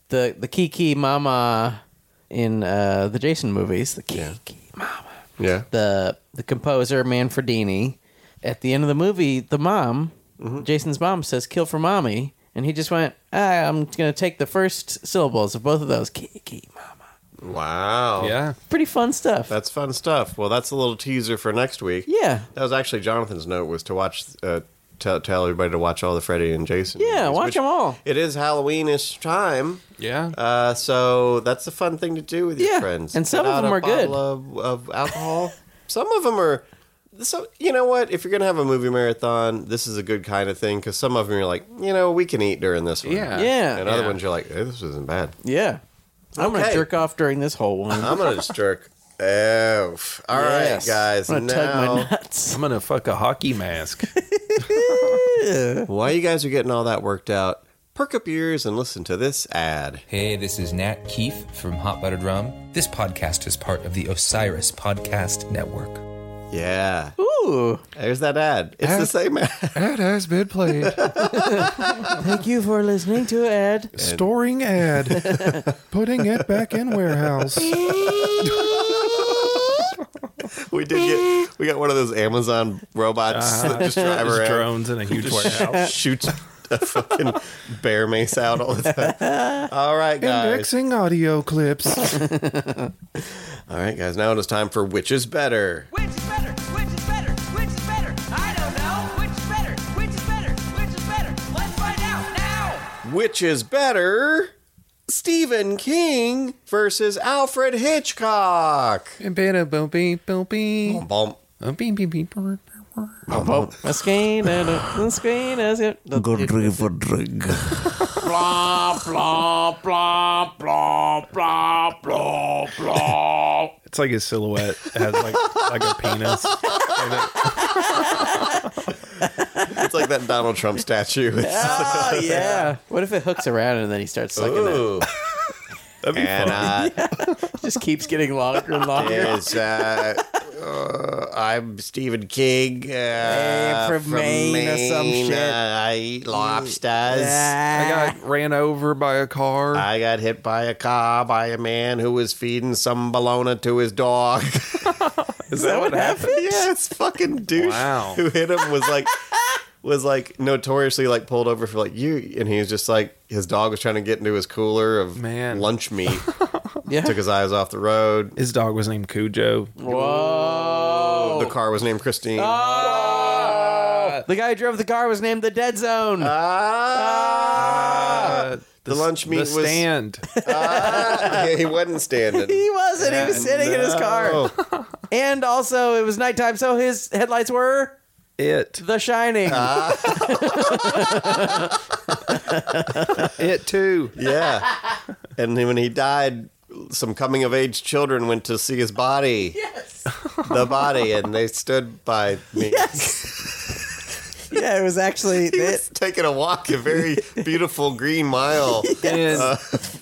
Speaker 6: The the Kiki Mama in uh, the Jason movies, the Kiki Mama,
Speaker 5: Yeah.
Speaker 6: the the composer Manfredini. At the end of the movie, the mom,
Speaker 5: Mm-hmm.
Speaker 6: Jason's mom, says "kill for mommy," and he just went, ah, "I'm going to take the first syllables of both of those." Kiki Mama,
Speaker 5: Wow.
Speaker 7: yeah.
Speaker 6: pretty fun stuff.
Speaker 5: That's fun stuff. Well, that's a little teaser for next week.
Speaker 6: yeah,
Speaker 5: That was actually Jonathan's note was to watch, uh, tell, tell everybody to watch all the Freddy and Jason.
Speaker 6: yeah,
Speaker 5: movies,
Speaker 6: watch
Speaker 5: which-
Speaker 6: them all.
Speaker 5: It is Halloweenish time,
Speaker 7: Yeah.
Speaker 5: uh, so that's a fun thing to do with your
Speaker 6: Yeah,
Speaker 5: friends.
Speaker 6: and some
Speaker 5: Get
Speaker 6: of
Speaker 5: out
Speaker 6: them
Speaker 5: a
Speaker 6: are good.
Speaker 5: bottle Of, of alcohol, some of them are. So you know what? If you're gonna have a movie marathon, this is a good kind of thing because some of them you're like, you know, we can eat during this one.
Speaker 7: Yeah.
Speaker 6: Yeah,
Speaker 5: And other ones you're like, hey, this isn't bad.
Speaker 6: yeah. I'm gonna
Speaker 5: Okay.
Speaker 6: jerk off during this whole one.
Speaker 5: I'm gonna just jerk. Oof. All right,
Speaker 6: Yes.
Speaker 5: guys.
Speaker 6: I'm gonna tug my
Speaker 5: Now,
Speaker 6: nuts.
Speaker 7: I'm gonna fuck a hockey mask.
Speaker 5: while you guys are getting all that worked out, perk up your ears and listen to this ad.
Speaker 8: Hey, this is Nat Keefe from Hot Buttered Rum. This podcast is part of the Osiris Podcast Network.
Speaker 5: Yeah.
Speaker 6: Ooh,
Speaker 5: There's that ad. It's the same ad.
Speaker 7: Ad has been played.
Speaker 6: thank you for listening to Ed.
Speaker 7: Storing ad. Putting it back in warehouse.
Speaker 5: We did get we got one of those Amazon robots that just drive
Speaker 7: Just
Speaker 5: around,
Speaker 7: drones in a huge warehouse.
Speaker 5: shoots a fucking bear mace out all the time. All right, guys.
Speaker 7: audio clips.
Speaker 5: All right, guys. Now it is time for which is better.
Speaker 9: Which is better? Which is better? Which is better? I don't know. Which is better? Which is better? Which is better? Let's find out now.
Speaker 5: Which is better? Stephen King versus Alfred Hitchcock. Bump.
Speaker 6: The skein and a- the skein is it. the-
Speaker 7: It's like his silhouette has like like a penis.
Speaker 5: It's like that Donald Trump statue. It's-
Speaker 6: Oh yeah. What if it hooks around and then he starts sucking it?
Speaker 5: Ooh.
Speaker 7: That'd be
Speaker 5: And uh,
Speaker 7: fun.
Speaker 5: I
Speaker 6: Just keeps getting longer and longer.
Speaker 5: is uh, uh, I'm Stephen King. Uh,
Speaker 6: from Maine or some shit.
Speaker 5: Uh, I eat lobsters.
Speaker 7: I got ran over by a car.
Speaker 5: I got hit by a car by a man who was feeding some bologna to his dog.
Speaker 7: Is that what happened?
Speaker 5: yeah, this fucking douche
Speaker 7: Wow.
Speaker 5: who hit him was like was like notoriously like pulled over for like you and he was just like his dog was trying to get into his cooler of
Speaker 7: Man.
Speaker 5: lunch meat.
Speaker 6: Yeah.
Speaker 5: Took his eyes off the road.
Speaker 7: His dog was named Cujo. Oh.
Speaker 6: Whoa. Ah.
Speaker 5: The car was named Christine.
Speaker 6: The guy who drove the car was named the Dead Zone.
Speaker 5: Ah!
Speaker 7: Uh,
Speaker 5: the lunch meat
Speaker 7: the
Speaker 5: was
Speaker 7: stand.
Speaker 5: Yeah, he wasn't standing. Oh.
Speaker 6: he wasn't. He was sitting in his car.
Speaker 5: No.
Speaker 6: And also, it was nighttime, so his headlights were
Speaker 7: it.
Speaker 6: The Shining.
Speaker 5: Ah.
Speaker 7: It too.
Speaker 5: Yeah. And then when he died, some coming of age children went to see his body. Yes. The body, and they stood by me.
Speaker 6: yeah, it was actually.
Speaker 5: He was taking a walk, a very beautiful green mile.
Speaker 7: Then,
Speaker 5: Uh.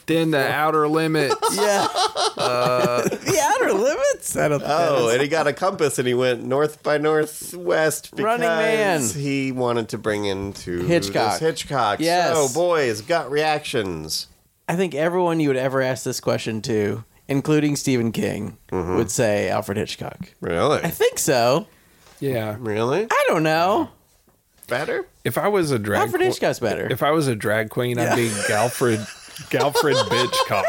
Speaker 7: then the outer limit.
Speaker 6: yeah. the outer limits. I don't.
Speaker 5: Oh, and he got a compass and he went north by northwest because
Speaker 6: Running Man.
Speaker 5: he wanted to bring into
Speaker 6: Hitchcock.
Speaker 5: This Hitchcock.
Speaker 6: Yes.
Speaker 5: So, boys, gut reactions.
Speaker 6: I think everyone you would ever ask this question to, including Stephen King, would say Alfred Hitchcock. I
Speaker 5: Really?
Speaker 6: think so.
Speaker 7: Yeah.
Speaker 5: Really?
Speaker 6: I don't know.
Speaker 5: Better?
Speaker 7: If I was a drag
Speaker 6: Alfred
Speaker 7: queen,
Speaker 6: Hitchcock's better.
Speaker 7: if I was a drag queen, I'd be Galfred Galfred Bitchcock.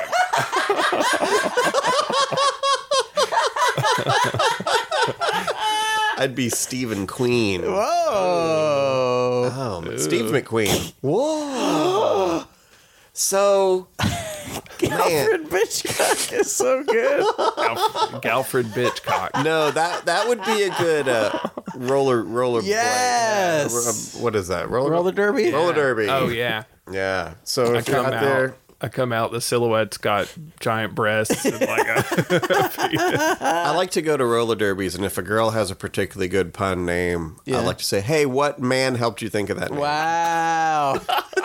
Speaker 5: I'd be Stephen Queen.
Speaker 6: oh.
Speaker 5: Oh, man. Steve McQueen. Whoa. so, man,
Speaker 6: Alfred Hitchcock is so good.
Speaker 7: Galf- Galfred Bitchcock.
Speaker 5: no that that would be a good uh, roller roller. blade.
Speaker 6: Yes.
Speaker 5: Uh, what is that? Roller
Speaker 6: Roller derby.
Speaker 5: roller derby.
Speaker 7: Oh yeah.
Speaker 5: yeah. So
Speaker 7: I
Speaker 5: if you're
Speaker 7: come
Speaker 5: out
Speaker 7: out.
Speaker 5: there,
Speaker 7: I come out. The silhouette's got giant breasts and like a
Speaker 5: I like to go to roller derbies, and if a girl has a particularly good pun name,
Speaker 6: Yeah.
Speaker 5: I like to say, "Hey, what man helped you think of that?" Name?
Speaker 6: Wow.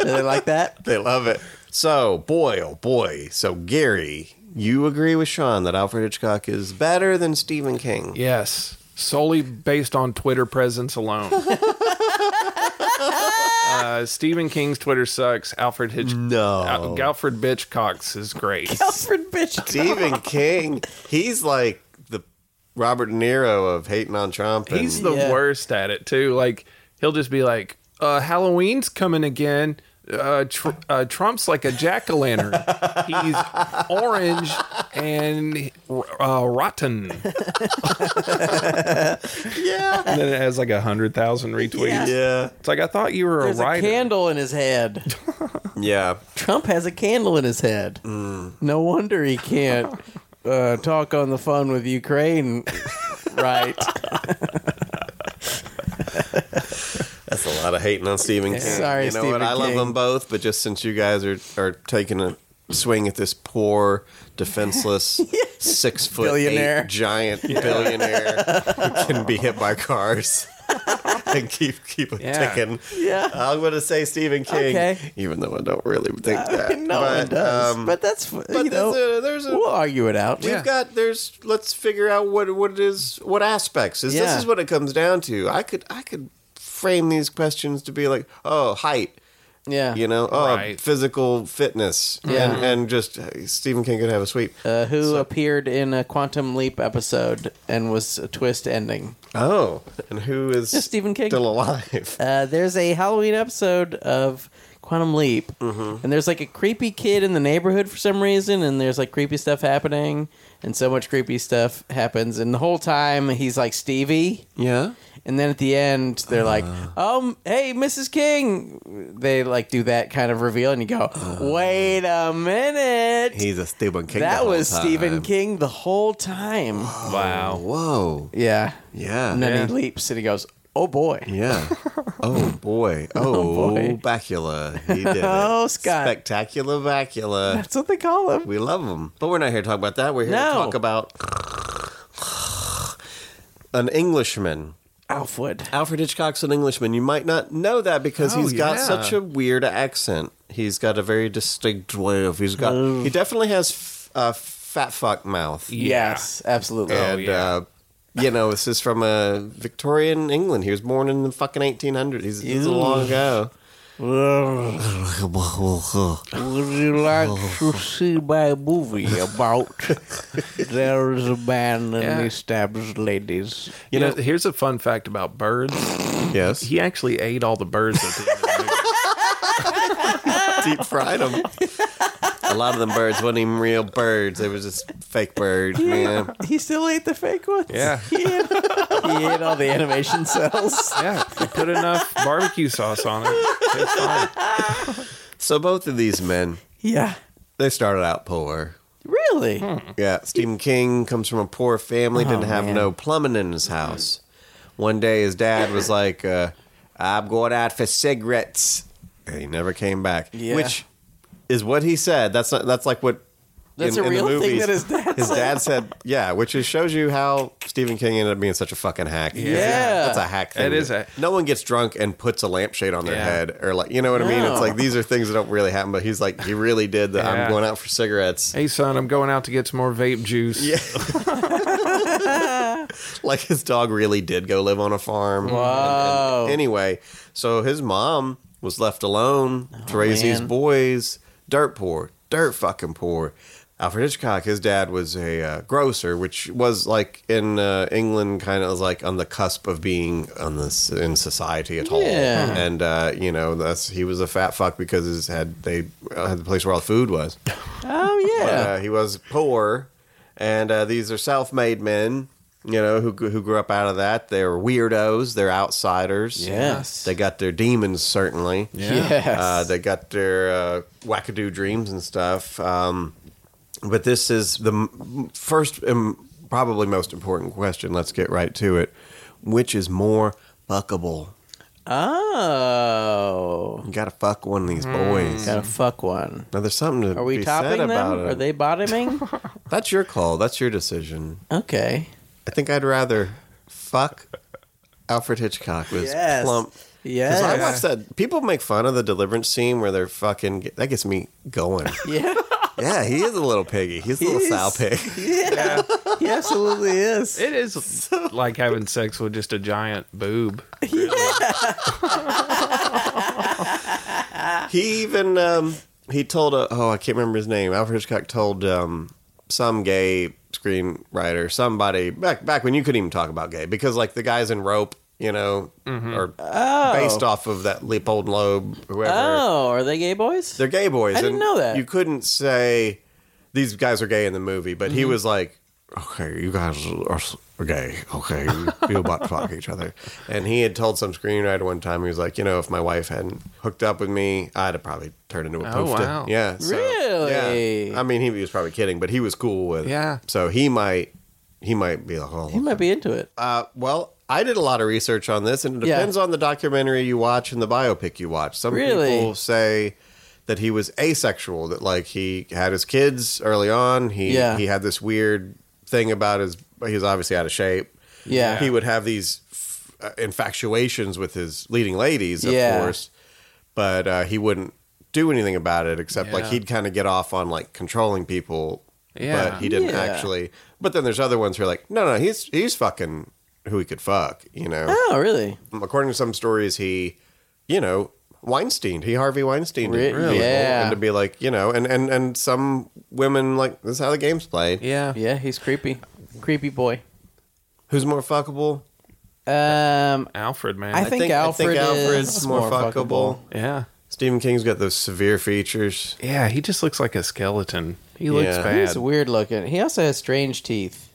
Speaker 6: Do they like that?
Speaker 5: They love it. So, boy, oh boy. So, Gary, you agree with Sean that Alfred Hitchcock is better than Stephen King?
Speaker 7: yes, solely based on Twitter presence alone. uh, Stephen King's Twitter sucks. Alfred Hitch.
Speaker 5: No.
Speaker 7: Al- Galfred Bitchcock's is great.
Speaker 6: Alfred Hitchcock.
Speaker 5: Stephen King, he's like the Robert De Niro of hating on Trump. And
Speaker 7: He's the
Speaker 6: Yeah.
Speaker 7: worst at it too. Like he'll just be like, uh, "Halloween's coming again." Uh, tr- uh, Trump's like a jack o' lantern. He's orange and uh, rotten.
Speaker 5: yeah,
Speaker 7: And then it has like a hundred thousand retweets.
Speaker 5: yeah,
Speaker 7: It's like I thought you were
Speaker 6: There's
Speaker 7: a
Speaker 6: a
Speaker 7: writer.
Speaker 6: candle in his head.
Speaker 5: yeah.
Speaker 6: Trump has a candle in his head. No wonder he can't uh, talk on the phone with Ukraine. right.
Speaker 5: That's a lot of hating on Stephen King.
Speaker 6: Sorry,
Speaker 5: you know
Speaker 6: Stephen
Speaker 5: what? I love
Speaker 6: King.
Speaker 5: them both, but just since you guys are are taking a swing at this poor, defenseless, six foot
Speaker 6: Billionaire.
Speaker 5: eight giant billionaire who can be hit by cars. and keep keep it
Speaker 7: Yeah.
Speaker 5: ticking.
Speaker 6: Yeah.
Speaker 5: I'm gonna say Stephen King,
Speaker 6: Okay. Uh,
Speaker 5: even though I don't really think that. um,
Speaker 6: no one does. but that's but
Speaker 5: but
Speaker 6: you know,
Speaker 5: there's a, there's a
Speaker 6: we'll argue it out.
Speaker 5: We've got there's let's figure out what what it is what aspects is this
Speaker 6: Yeah.
Speaker 5: is what it comes down to. I could I could frame these questions to be like oh height
Speaker 6: Yeah.
Speaker 5: you know oh
Speaker 7: Right.
Speaker 5: physical fitness
Speaker 6: Yeah.
Speaker 5: and and just uh, Stephen King could have a sweep
Speaker 6: Uh, who appeared in a Quantum Leap episode and was a twist ending.
Speaker 5: oh and who is
Speaker 6: Just Stephen King.
Speaker 5: still alive
Speaker 6: Uh, there's a Halloween episode of Quantum Leap, and there's like a creepy kid in the neighborhood for some reason, and there's like creepy stuff happening, and so much creepy stuff happens, and the whole time he's like Stevie.
Speaker 5: yeah
Speaker 6: And then at the end, they're like, "Um, hey, Mrs. King." They like do that kind of reveal, and you go, "Wait a minute!"
Speaker 5: he's a Stephen King the
Speaker 6: that
Speaker 5: whole
Speaker 6: was
Speaker 5: time.
Speaker 6: Stephen King the whole time.
Speaker 7: Wow.
Speaker 5: whoa
Speaker 6: Yeah,
Speaker 5: yeah
Speaker 6: and then he leaps and he goes, "Oh boy!"
Speaker 5: yeah oh boy oh,
Speaker 6: boy.
Speaker 5: Bacula he did it
Speaker 6: Oh, Scott.
Speaker 5: spectacular Bacula
Speaker 6: That's what they call him.
Speaker 5: We love them, but we're not here to talk about that. We're here
Speaker 6: No.
Speaker 5: to talk about an Englishman.
Speaker 6: Alfred.
Speaker 5: Alfred Hitchcock's an Englishman. You might not know that because
Speaker 7: Oh,
Speaker 5: he's got
Speaker 7: yeah.
Speaker 5: such a weird accent. He's got a very distinct way of. He's got. He definitely has f- a fat fuck mouth.
Speaker 6: Yes, absolutely.
Speaker 5: And
Speaker 7: Oh, yeah.
Speaker 5: uh, you know, this is from uh, Victorian England. He was born in the fucking 1800s. He's, he's a long ago.
Speaker 6: Would you like
Speaker 5: Oh.
Speaker 6: to see my movie about there is a man and
Speaker 7: Yeah.
Speaker 6: he stabs ladies?
Speaker 7: You know, here's a fun fact about birds.
Speaker 5: Yes.
Speaker 7: He actually ate all the birds at the end of the movie.
Speaker 5: deep fried them. A lot of them birds wasn't even real birds. They was just fake birds, man.
Speaker 6: He still ate the fake ones.
Speaker 7: Yeah.
Speaker 6: he ate, he ate all the animation cells.
Speaker 7: Yeah, if you put enough barbecue sauce on it, it's fine.
Speaker 5: So both of these men,
Speaker 6: Yeah,
Speaker 5: they started out poor.
Speaker 6: really.
Speaker 5: Yeah, Stephen King comes from a poor family, didn't have
Speaker 6: Oh, man.
Speaker 5: no plumbing in his house. One day, his dad was like, uh, "I'm going out for cigarettes," and he never came back.
Speaker 6: Yeah.
Speaker 5: Which is what he said. That's not, that's like what.
Speaker 6: That's a
Speaker 5: the
Speaker 6: real thing
Speaker 5: movies,
Speaker 6: that his dad
Speaker 5: His
Speaker 6: said.
Speaker 5: dad said, "Yeah," which just shows you how Stephen King ended up being such a fucking hack.
Speaker 6: Yeah.
Speaker 5: that's a hack thing.
Speaker 7: It is a-
Speaker 5: No one gets drunk and puts a lampshade on their
Speaker 7: Yeah.
Speaker 5: head, or like you know what I mean.
Speaker 6: No.
Speaker 5: It's like these are things that don't really happen, but he's like, he really did that.
Speaker 7: Yeah.
Speaker 5: I'm going out for cigarettes.
Speaker 7: Hey, son, I'm going out to get some more vape juice.
Speaker 5: Yeah. like his dog really did go live on a farm.
Speaker 6: Wow.
Speaker 5: Anyway, so his mom was left alone to raise these
Speaker 6: Oh, man.
Speaker 5: boys, dirt poor, dirt fucking poor. Alfred Hitchcock, his dad was a uh, grocer, which was like in uh, England, kind of like on the cusp of being on this in society at all.
Speaker 6: Yeah.
Speaker 5: And uh, you know, that's he was a fat fuck because his had they uh, had the place where all the food was.
Speaker 6: oh yeah.
Speaker 5: Uh, he was poor, and uh, these are self-made men. You know who who grew up out of that. They're weirdos. They're outsiders.
Speaker 6: Yes.
Speaker 5: they got their demons certainly.
Speaker 6: Yes.
Speaker 5: Uh, they got their uh, wackadoo dreams and stuff. Um, but this is the m- first and probably most important question. Let's get right to it. Which is more fuckable?
Speaker 6: oh.
Speaker 5: You got to fuck one of these boys.
Speaker 6: Hmm. Gotta fuck one.
Speaker 5: Now there's something to
Speaker 6: Are we
Speaker 5: be said
Speaker 6: topping
Speaker 5: about
Speaker 6: them?
Speaker 5: it.
Speaker 6: Are they bottoming?
Speaker 5: That's your call. That's your decision.
Speaker 6: okay.
Speaker 5: I think I'd rather fuck Alfred Hitchcock with his
Speaker 6: Yes.
Speaker 5: plump. Because I
Speaker 6: Yes.
Speaker 5: watched that. People make fun of the deliverance scene where they're fucking. That gets me going.
Speaker 6: Yeah.
Speaker 5: yeah, he is a little piggy. He's a little
Speaker 6: He is.
Speaker 5: sow pig.
Speaker 7: Yeah.
Speaker 6: He absolutely is.
Speaker 7: It is like having sex with just a giant boob.
Speaker 5: he even um, he told a oh I can't remember his name. Alfred Hitchcock told um, some gay screenwriter somebody back back when you couldn't even talk about gay because like the guys in Rope, you know, are based off of that Leopold Loeb whoever.
Speaker 6: Oh, are they gay boys?
Speaker 5: They're gay boys.
Speaker 6: I didn't
Speaker 5: and
Speaker 6: know that.
Speaker 5: You couldn't say these guys are gay in the movie, but
Speaker 6: Mm-hmm.
Speaker 5: he was like, "Okay, you guys are s- are gay. Okay, you- you about to fuck each other." And he had told some screenwriter one time, he was like, "You know, if my wife hadn't hooked up with me, I'd have probably turned into a
Speaker 7: Oh,
Speaker 5: poofta."
Speaker 7: wow.
Speaker 5: Yeah, so-
Speaker 6: Really?
Speaker 5: Yeah. I mean, he was probably kidding, but he was cool with it.
Speaker 7: Yeah.
Speaker 5: So he might, he might be like, "Oh,
Speaker 6: He might be into it.
Speaker 5: uh, well, I did a lot of research on this, and it
Speaker 6: Yeah.
Speaker 5: depends on the documentary you watch and the biopic you watch. Some
Speaker 6: Really?
Speaker 5: people say that he was asexual, that like he had his kids early on. He
Speaker 6: Yeah.
Speaker 5: he had this weird thing about his. He was obviously out of shape.
Speaker 6: Yeah.
Speaker 5: he would have these f- uh, infatuations with his leading ladies, of
Speaker 6: Yeah.
Speaker 5: course, but uh, he wouldn't do anything about it except like
Speaker 7: Yeah.
Speaker 5: he'd kind of get off on like controlling people
Speaker 7: Yeah.
Speaker 5: but he didn't
Speaker 6: Yeah.
Speaker 5: actually. But then there's other ones who are like, no, no, he's he's fucking who he could fuck, you know.
Speaker 6: Oh, really?
Speaker 5: According to some stories, he, you know, Weinstein, he Harvey Weinstein,
Speaker 6: Re- Really? yeah.
Speaker 5: and to be like, you know, and and and some women like this is how the game's played.
Speaker 7: Yeah.
Speaker 6: Yeah, he's creepy. Creepy boy.
Speaker 5: Who's more fuckable?
Speaker 6: Um,
Speaker 7: Alfred, man.
Speaker 6: I think, Alfred is
Speaker 5: more, fuckable.
Speaker 7: yeah.
Speaker 5: Stephen King's got those severe features.
Speaker 7: Yeah, he just looks like a skeleton. He looks
Speaker 5: Yeah.
Speaker 6: He's
Speaker 7: bad.
Speaker 6: weird looking. He also has strange teeth.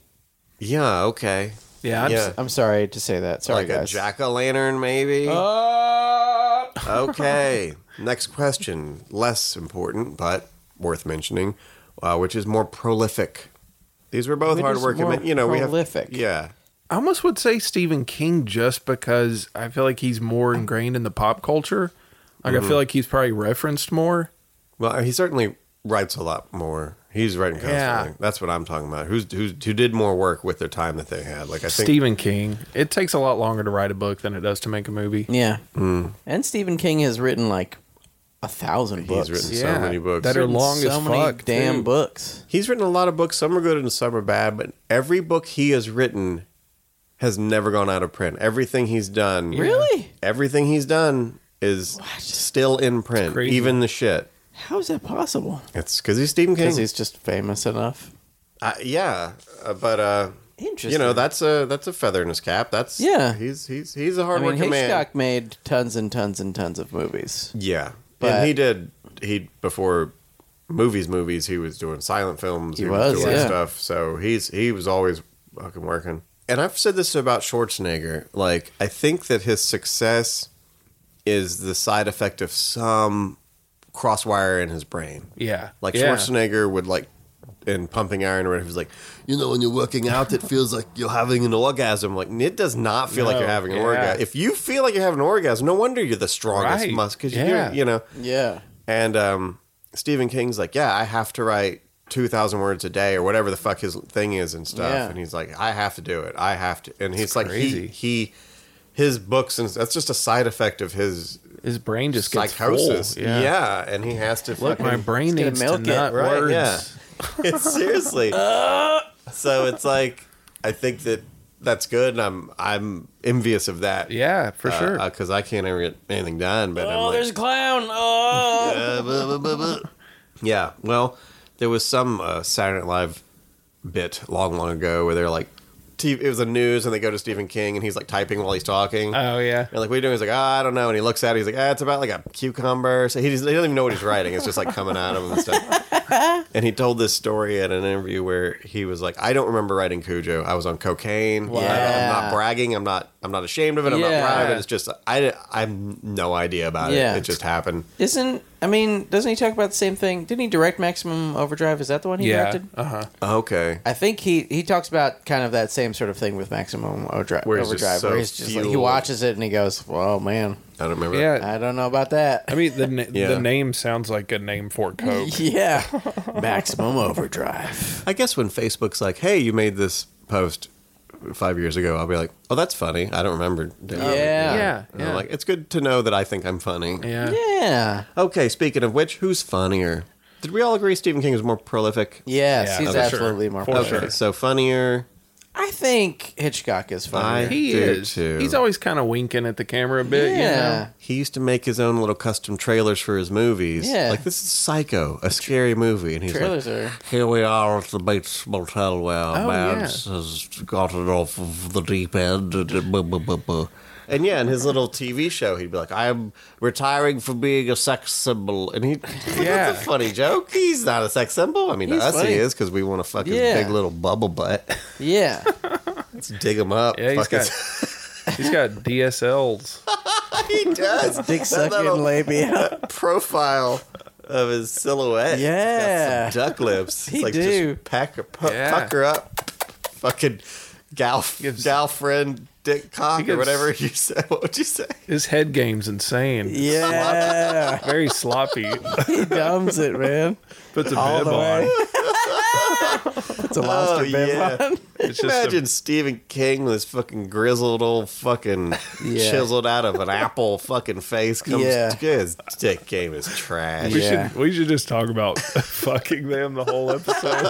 Speaker 5: Yeah, okay,
Speaker 7: Yeah, I'm
Speaker 5: yeah,
Speaker 6: I'm sorry to say that. Sorry,
Speaker 5: like a
Speaker 6: guys.
Speaker 5: jack o' lantern, maybe.
Speaker 6: Oh!
Speaker 5: Okay. Next question. Less important, but worth mentioning, uh, which is more prolific. These were both
Speaker 6: Which is
Speaker 5: hardworking
Speaker 6: more
Speaker 5: men. You know,
Speaker 6: prolific.
Speaker 5: we have.
Speaker 7: I almost would say Stephen King just because I feel like he's more ingrained in the pop culture. Like I feel like he's probably referenced more.
Speaker 5: Yeah. Well, he certainly writes a lot more. He's writing constantly.
Speaker 7: Yeah.
Speaker 5: That's what I'm talking about. Who's, who's who did more work with their time that they had? Like I think
Speaker 7: Stephen King. It takes a lot longer to write a book than it does to make a movie.
Speaker 6: Yeah.
Speaker 7: Hmm.
Speaker 6: And Stephen King has written like a thousand books.
Speaker 5: he's written
Speaker 7: Yeah.
Speaker 5: so many books.
Speaker 7: That are
Speaker 6: Written
Speaker 7: long
Speaker 6: so
Speaker 7: as
Speaker 6: many
Speaker 7: fuck,
Speaker 6: damn
Speaker 7: too.
Speaker 6: books.
Speaker 5: he's written a lot of books. Some are good and some are bad. But every book he has written has never gone out of print. Everything he's done,
Speaker 6: Really?
Speaker 5: everything he's done is still in print.
Speaker 7: crazy.
Speaker 5: Even the shit.
Speaker 6: How is that possible?
Speaker 5: It's because he's Stephen King.
Speaker 6: Because he's just famous enough.
Speaker 5: uh, yeah, uh, but uh,
Speaker 6: Interesting.
Speaker 5: you know that's a that's a feather in his cap. That's
Speaker 6: Yeah.
Speaker 5: He's he's he's a
Speaker 6: I
Speaker 5: hard
Speaker 6: mean,
Speaker 5: working man.
Speaker 6: Hitchcock made tons and tons and tons of movies.
Speaker 5: Yeah,
Speaker 6: But-
Speaker 5: and he did he before movies movies he was doing silent films. He,
Speaker 6: was,
Speaker 5: doing
Speaker 6: yeah.
Speaker 5: stuff. So he's he was always fucking working. And I've said this about Schwarzenegger. Like I think that his success is the side effect of some crosswire in his brain.
Speaker 7: Yeah.
Speaker 5: Like
Speaker 7: yeah.
Speaker 5: Schwarzenegger would like in Pumping Iron or whatever, he's like, you know, when you're working out, it feels like you're having an orgasm. Like it does not feel like
Speaker 7: No,
Speaker 5: you're having an
Speaker 7: yeah.
Speaker 5: orgasm. If you feel like you're having an orgasm, no wonder you're the strongest
Speaker 7: Right,
Speaker 5: muscle because
Speaker 7: yeah.
Speaker 5: you you know.
Speaker 6: Yeah.
Speaker 5: And um, Stephen King's like, yeah, I have to write two thousand words a day or whatever the fuck his thing is and stuff.
Speaker 6: Yeah.
Speaker 5: And he's like, I have to do it. I have to. And he's like,
Speaker 7: crazy.
Speaker 5: he he. His books and that's just a side effect of his
Speaker 7: His brain just gets
Speaker 5: psychosis.
Speaker 7: Full.
Speaker 5: Yeah. and he has to
Speaker 7: Look,
Speaker 5: fucking
Speaker 7: my brain
Speaker 6: gonna
Speaker 7: needs to
Speaker 6: milk it,
Speaker 7: not
Speaker 5: right?
Speaker 7: words.
Speaker 5: Yeah. It's seriously. so it's like I think that that's good, and I'm I'm envious of that.
Speaker 7: Yeah,
Speaker 5: Uh,
Speaker 7: for sure.
Speaker 5: Because I can't ever get anything done, but
Speaker 6: Oh,
Speaker 5: I'm
Speaker 6: there's a
Speaker 5: like,
Speaker 6: clown. Oh.
Speaker 5: uh, buh, buh, buh, buh. yeah. Well, there was some uh, Saturday Night Live bit long, long ago where they're like, T- it was the news, and they go to Stephen King, and he's like typing while he's talking.
Speaker 7: oh yeah.
Speaker 5: And like, what are you doing? He's like, ah, I don't know. And he looks at it. He's like, ah, it's about like a cucumber. So he, just, he doesn't even know what he's writing. It's just like coming out of him and stuff. and he told this story at an interview where he was like, I don't remember writing Cujo. I was on cocaine. I- I'm
Speaker 6: Yeah.
Speaker 5: not bragging. I'm not. I'm not ashamed of it. I'm
Speaker 6: Yeah.
Speaker 5: not proud of it. It's just I. I have no idea about
Speaker 6: Yeah.
Speaker 5: it. It just happened.
Speaker 6: Isn't I mean, doesn't he talk about the same thing? Didn't he direct Maximum Overdrive? Is that the one he
Speaker 7: Yeah.
Speaker 6: directed?
Speaker 7: Uh huh.
Speaker 5: Okay.
Speaker 6: I think he he talks about kind of that same sort of thing with Maximum Overdrive.
Speaker 5: Where he's just
Speaker 6: Overdrive,
Speaker 5: so
Speaker 6: where he's just like, he
Speaker 5: fueled.
Speaker 6: watches it and he goes, "Well, man,
Speaker 5: I don't remember.
Speaker 7: Yeah.
Speaker 6: I don't know about that."
Speaker 7: I mean, the na-
Speaker 5: Yeah.
Speaker 7: the name sounds like a name for Coke.
Speaker 6: yeah, Maximum Overdrive.
Speaker 5: I guess when Facebook's like, hey, you made this post five years ago, I'll be like, oh, that's funny. I don't remember. doing it."
Speaker 6: Yeah.
Speaker 7: Yeah,
Speaker 5: And I'm
Speaker 7: yeah.
Speaker 5: like, it's good to know that I think I'm funny.
Speaker 7: Yeah.
Speaker 6: Yeah.
Speaker 5: Okay, speaking of which, who's funnier? Did we all agree Stephen King is more prolific?
Speaker 6: Yes,
Speaker 7: Yeah,
Speaker 6: he's
Speaker 7: for sure.
Speaker 6: absolutely more.
Speaker 7: For
Speaker 6: funny.
Speaker 7: sure.
Speaker 5: So funnier.
Speaker 6: I think Hitchcock is funny.
Speaker 5: I
Speaker 7: He
Speaker 5: do
Speaker 7: is.
Speaker 5: too.
Speaker 7: He's always kind of winking at the camera a bit.
Speaker 6: yeah.
Speaker 5: he used to make his own little custom trailers for his movies.
Speaker 6: Yeah.
Speaker 5: Like this is Psycho, a scary movie, and he's
Speaker 6: Trailers
Speaker 5: like,
Speaker 6: are
Speaker 5: "Here we are at the Bates Motel, where a
Speaker 7: Oh,
Speaker 5: man
Speaker 7: yeah.
Speaker 5: has gotten off of the deep end." and buh, buh, buh, buh." And yeah, in his little TV show, he'd be like, "I'm retiring from being a sex symbol," and he,
Speaker 7: Yeah.
Speaker 5: that's a funny joke. He's not a sex symbol. I mean,
Speaker 6: He's
Speaker 5: to us
Speaker 6: funny.
Speaker 5: he is because we want to fuck
Speaker 6: Yeah.
Speaker 5: his big little bubble butt.
Speaker 6: Yeah.
Speaker 5: Let's dig him up.
Speaker 7: Yeah, he's
Speaker 5: Fuck his-
Speaker 7: got he's got DSLs.
Speaker 5: he does.
Speaker 6: Dick
Speaker 5: that'll-
Speaker 6: sucking labia.
Speaker 5: profile of his silhouette.
Speaker 6: Yeah.
Speaker 5: He's got some duck lips.
Speaker 6: He
Speaker 5: It's like
Speaker 6: do.
Speaker 5: just pack her, pu-
Speaker 7: Yeah.
Speaker 5: pucker up, fucking gal,
Speaker 7: Gives-
Speaker 5: gal friend dick cock
Speaker 7: He gives-
Speaker 5: or whatever you said. What would you say?
Speaker 7: His head game's insane.
Speaker 6: Yeah.
Speaker 7: Very sloppy.
Speaker 6: he dumbs it, man.
Speaker 7: Puts a
Speaker 6: All
Speaker 7: bib
Speaker 6: the way.
Speaker 7: on.
Speaker 6: It's a lobster
Speaker 5: Oh,
Speaker 6: bib
Speaker 5: yeah.
Speaker 6: on.
Speaker 7: It's just
Speaker 5: Imagine Stephen King with his fucking grizzled old fucking
Speaker 6: Yeah.
Speaker 5: chiseled out of an apple fucking face comes.
Speaker 6: Yeah.
Speaker 5: His dick game is trash.
Speaker 7: A, we
Speaker 6: Yeah.
Speaker 7: should we should just talk about fucking them the whole episode.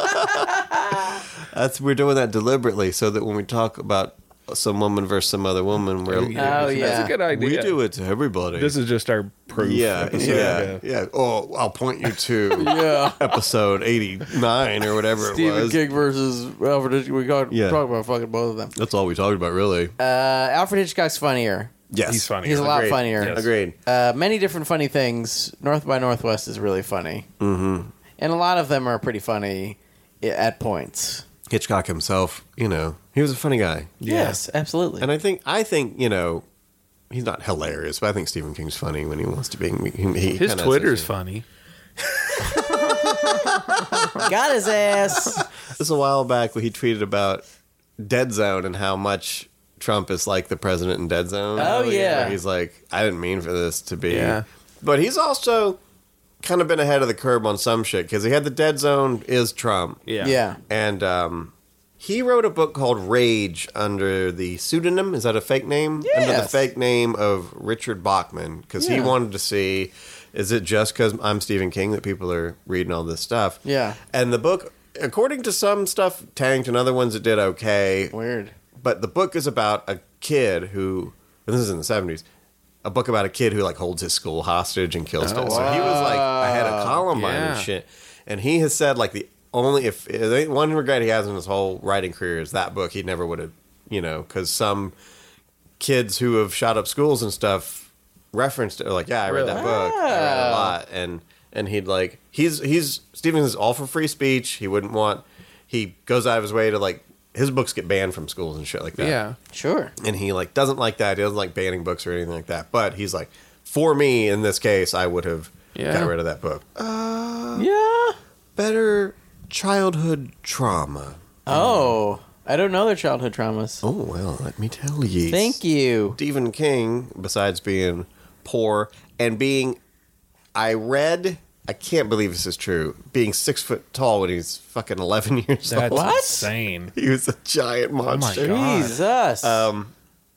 Speaker 5: That's we're doing that deliberately so that when we talk about some woman versus some other woman, we're
Speaker 6: Oh
Speaker 7: That's
Speaker 6: yeah.
Speaker 7: a good idea.
Speaker 5: we do it to everybody.
Speaker 7: This is just our proof.
Speaker 5: Yeah,
Speaker 7: episode,
Speaker 5: yeah, yeah. Oh, I'll point you to
Speaker 6: yeah.
Speaker 5: episode 89 or whatever it
Speaker 6: Stephen
Speaker 5: was.
Speaker 6: King versus Alfred Hitchcock. We got
Speaker 5: Yeah.
Speaker 6: talk about fucking both of them.
Speaker 5: That's all we talked about, really.
Speaker 6: Uh, Alfred Hitchcock's funnier.
Speaker 5: yes.
Speaker 7: He's funny.
Speaker 6: He's a lot
Speaker 5: Agreed.
Speaker 6: funnier.
Speaker 7: Yes.
Speaker 5: Agreed.
Speaker 6: Uh, many different funny things. North by Northwest is really funny, mm-hmm. and a lot of them are pretty funny i- at points.
Speaker 5: Hitchcock himself, you know, he was a funny guy.
Speaker 6: Yes, absolutely.
Speaker 5: And I think, I think, you know, he's not hilarious, but I think Stephen King's funny when he wants to be. He, he
Speaker 7: His
Speaker 5: kinda
Speaker 7: Twitter's
Speaker 5: says-
Speaker 7: funny.
Speaker 6: Got his ass.
Speaker 5: This is a while back where he tweeted about Dead Zone and how much Trump is like the president in Dead Zone.
Speaker 6: Oh, yeah.
Speaker 5: Where he's like, I didn't mean for this to be.
Speaker 7: Yeah.
Speaker 5: But he's also kind of been ahead of the curb on some shit because he had the Dead Zone is Trump.
Speaker 7: Yeah.
Speaker 6: yeah.
Speaker 5: And um, he wrote a book called Rage under the pseudonym. Is that a fake name? Under the
Speaker 6: Yes.
Speaker 5: fake name of Richard Bachman because he
Speaker 6: Yeah.
Speaker 5: wanted to see is it just because I'm Stephen King that people are reading all this stuff?
Speaker 6: Yeah.
Speaker 5: And the book, according to some stuff, tanked and other ones it did okay.
Speaker 6: Weird.
Speaker 5: but the book is about a kid who and this is in the 70s a book about a kid who like holds his school hostage and kills it so he was like ahead of columbine and
Speaker 6: Yeah.
Speaker 5: shit and he has said like the only if, if there ain't one regret he has in his whole writing career is that book he never would have you know because some kids who have shot up schools and stuff referenced it like yeah i read that book i read it a lot and and he'd like he's he's stevenson's all for free speech he wouldn't want he goes out of his way to like his books get banned from schools and shit like that
Speaker 7: Yeah.
Speaker 6: Sure.
Speaker 5: and he like doesn't like that. He doesn't like banning books or anything like that. But he's like, for me in this case, I would have
Speaker 7: Yeah.
Speaker 5: got rid of that book.
Speaker 6: Yeah.
Speaker 5: Better childhood trauma.
Speaker 6: Oh, I don't know their childhood traumas.
Speaker 5: Oh well, let me tell you.
Speaker 6: Thank you.
Speaker 5: Stephen King, besides being poor and being, I read. I can't believe this is true. Being six foot tall when he's fucking eleven years
Speaker 8: That's-
Speaker 5: old,
Speaker 6: What?
Speaker 7: Insane.
Speaker 5: he was a
Speaker 7: Oh
Speaker 5: giant monster,
Speaker 6: Jesus.
Speaker 5: Uh,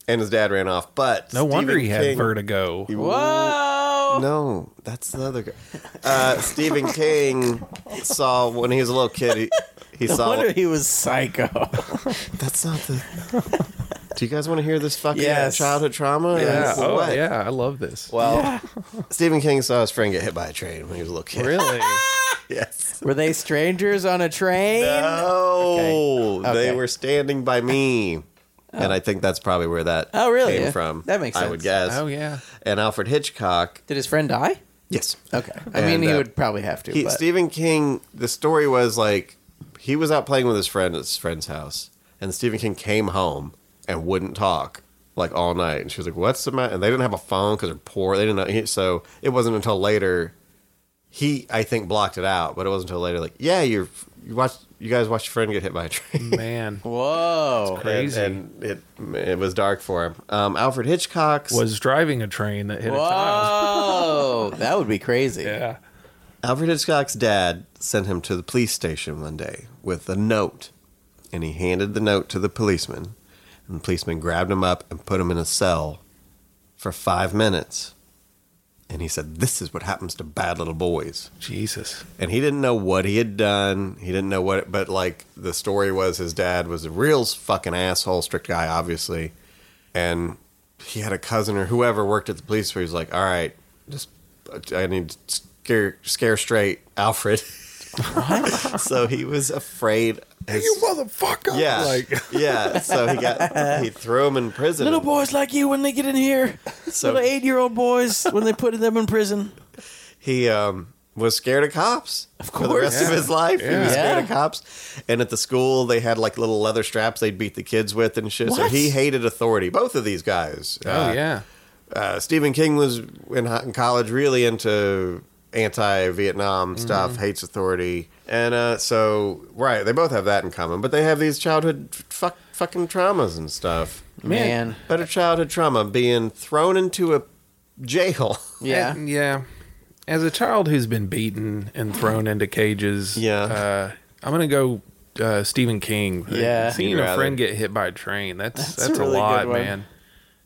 Speaker 5: and his dad ran off. But
Speaker 7: No wonder
Speaker 5: Stephen
Speaker 7: he had
Speaker 5: King-
Speaker 7: vertigo.
Speaker 6: Whoa.
Speaker 5: No, that's the other guy. Uh, Stephen King saw when he was a little kid. He, he
Speaker 6: I
Speaker 5: saw.
Speaker 6: wonder he was psycho.
Speaker 5: That's not the. Do you guys want to hear this fucking
Speaker 6: Yes.
Speaker 5: childhood trauma?
Speaker 7: Yeah.
Speaker 5: Or
Speaker 7: Oh,
Speaker 5: what?
Speaker 7: yeah. I love this.
Speaker 5: Well, Stephen King saw his friend get hit by a train when he was a little kid.
Speaker 7: Really?
Speaker 5: Yes.
Speaker 6: Were they strangers on a train?
Speaker 5: No,
Speaker 6: Okay.
Speaker 5: they were standing by me, and I think that's probably where that
Speaker 6: Oh, really?
Speaker 5: came
Speaker 6: Yeah.
Speaker 5: from.
Speaker 6: That makes
Speaker 5: I would
Speaker 6: sense.
Speaker 5: guess.
Speaker 7: Oh, yeah.
Speaker 5: And Alfred Hitchcock.
Speaker 6: Did his friend die?
Speaker 5: Yes.
Speaker 6: Okay. I
Speaker 5: And,
Speaker 6: mean, he
Speaker 5: uh,
Speaker 6: would probably have to.
Speaker 5: he,
Speaker 6: but.
Speaker 5: Stephen King, the story was like he was out playing with his friend at his friend's house, and Stephen King came home and wouldn't talk like all night. And she was like, "What's the matter?" And they didn't have a phone because they're poor. They didn't know, he, so it wasn't until later he, I think, blocked it out. But it wasn't until later, like, yeah, you're you watched you guys watched your friend get hit by a train.
Speaker 7: Man.
Speaker 6: Whoa.
Speaker 7: Crazy.
Speaker 5: And, and it it was dark for him. Um, Alfred Hitchcock's
Speaker 7: was driving a train that hit a child.
Speaker 6: Whoa. Oh, that would be crazy.
Speaker 7: Yeah.
Speaker 5: Alfred Hitchcock's dad sent him to the police station one day with a note, and he handed the note to the policeman, and the policeman grabbed him up and put him in a cell for five minutes. And he said, This is what happens to bad little boys.
Speaker 7: Jesus.
Speaker 5: And he didn't know what he had done. He didn't know what, it, but like the story was his dad was a real fucking asshole, strict guy, obviously. And he had a cousin or whoever worked at the police where he was like, All right, just, I need to scare, scare straight Alfred. so he was afraid. his-
Speaker 7: motherfucker.
Speaker 5: yeah. yeah. So he got, he threw him in prison.
Speaker 6: Little
Speaker 5: and-
Speaker 6: boys like you when they get in here.
Speaker 5: So-
Speaker 6: Little eight-year-old boys when they put them in prison.
Speaker 5: he um, was scared of cops for the rest of his life. He was
Speaker 6: Yeah.
Speaker 5: scared of cops. And at the school, they had like little leather straps they'd beat the kids with and shit. So
Speaker 6: What?
Speaker 5: he hated authority. Both of these guys.
Speaker 7: Oh, yeah.
Speaker 5: Uh, Stephen King was in, in college really into anti-Vietnam
Speaker 6: Mm-hmm.
Speaker 5: stuff, hates authority, and uh, so right, they both have that in common. But they have these childhood fuck, fucking traumas and stuff.
Speaker 6: Man.
Speaker 5: Better childhood trauma being thrown into a jail.
Speaker 6: Yeah.
Speaker 7: And- yeah. As a child who's been beaten and thrown into cages,
Speaker 5: Yeah.
Speaker 7: uh, I'm gonna go uh, Stephen King.
Speaker 6: Yeah.
Speaker 7: seeing
Speaker 5: You'd
Speaker 7: a
Speaker 5: rather-
Speaker 7: friend get hit by a train that's
Speaker 6: That's
Speaker 7: that's,
Speaker 6: a
Speaker 7: a,
Speaker 6: really good
Speaker 7: lot,
Speaker 6: one.
Speaker 7: man.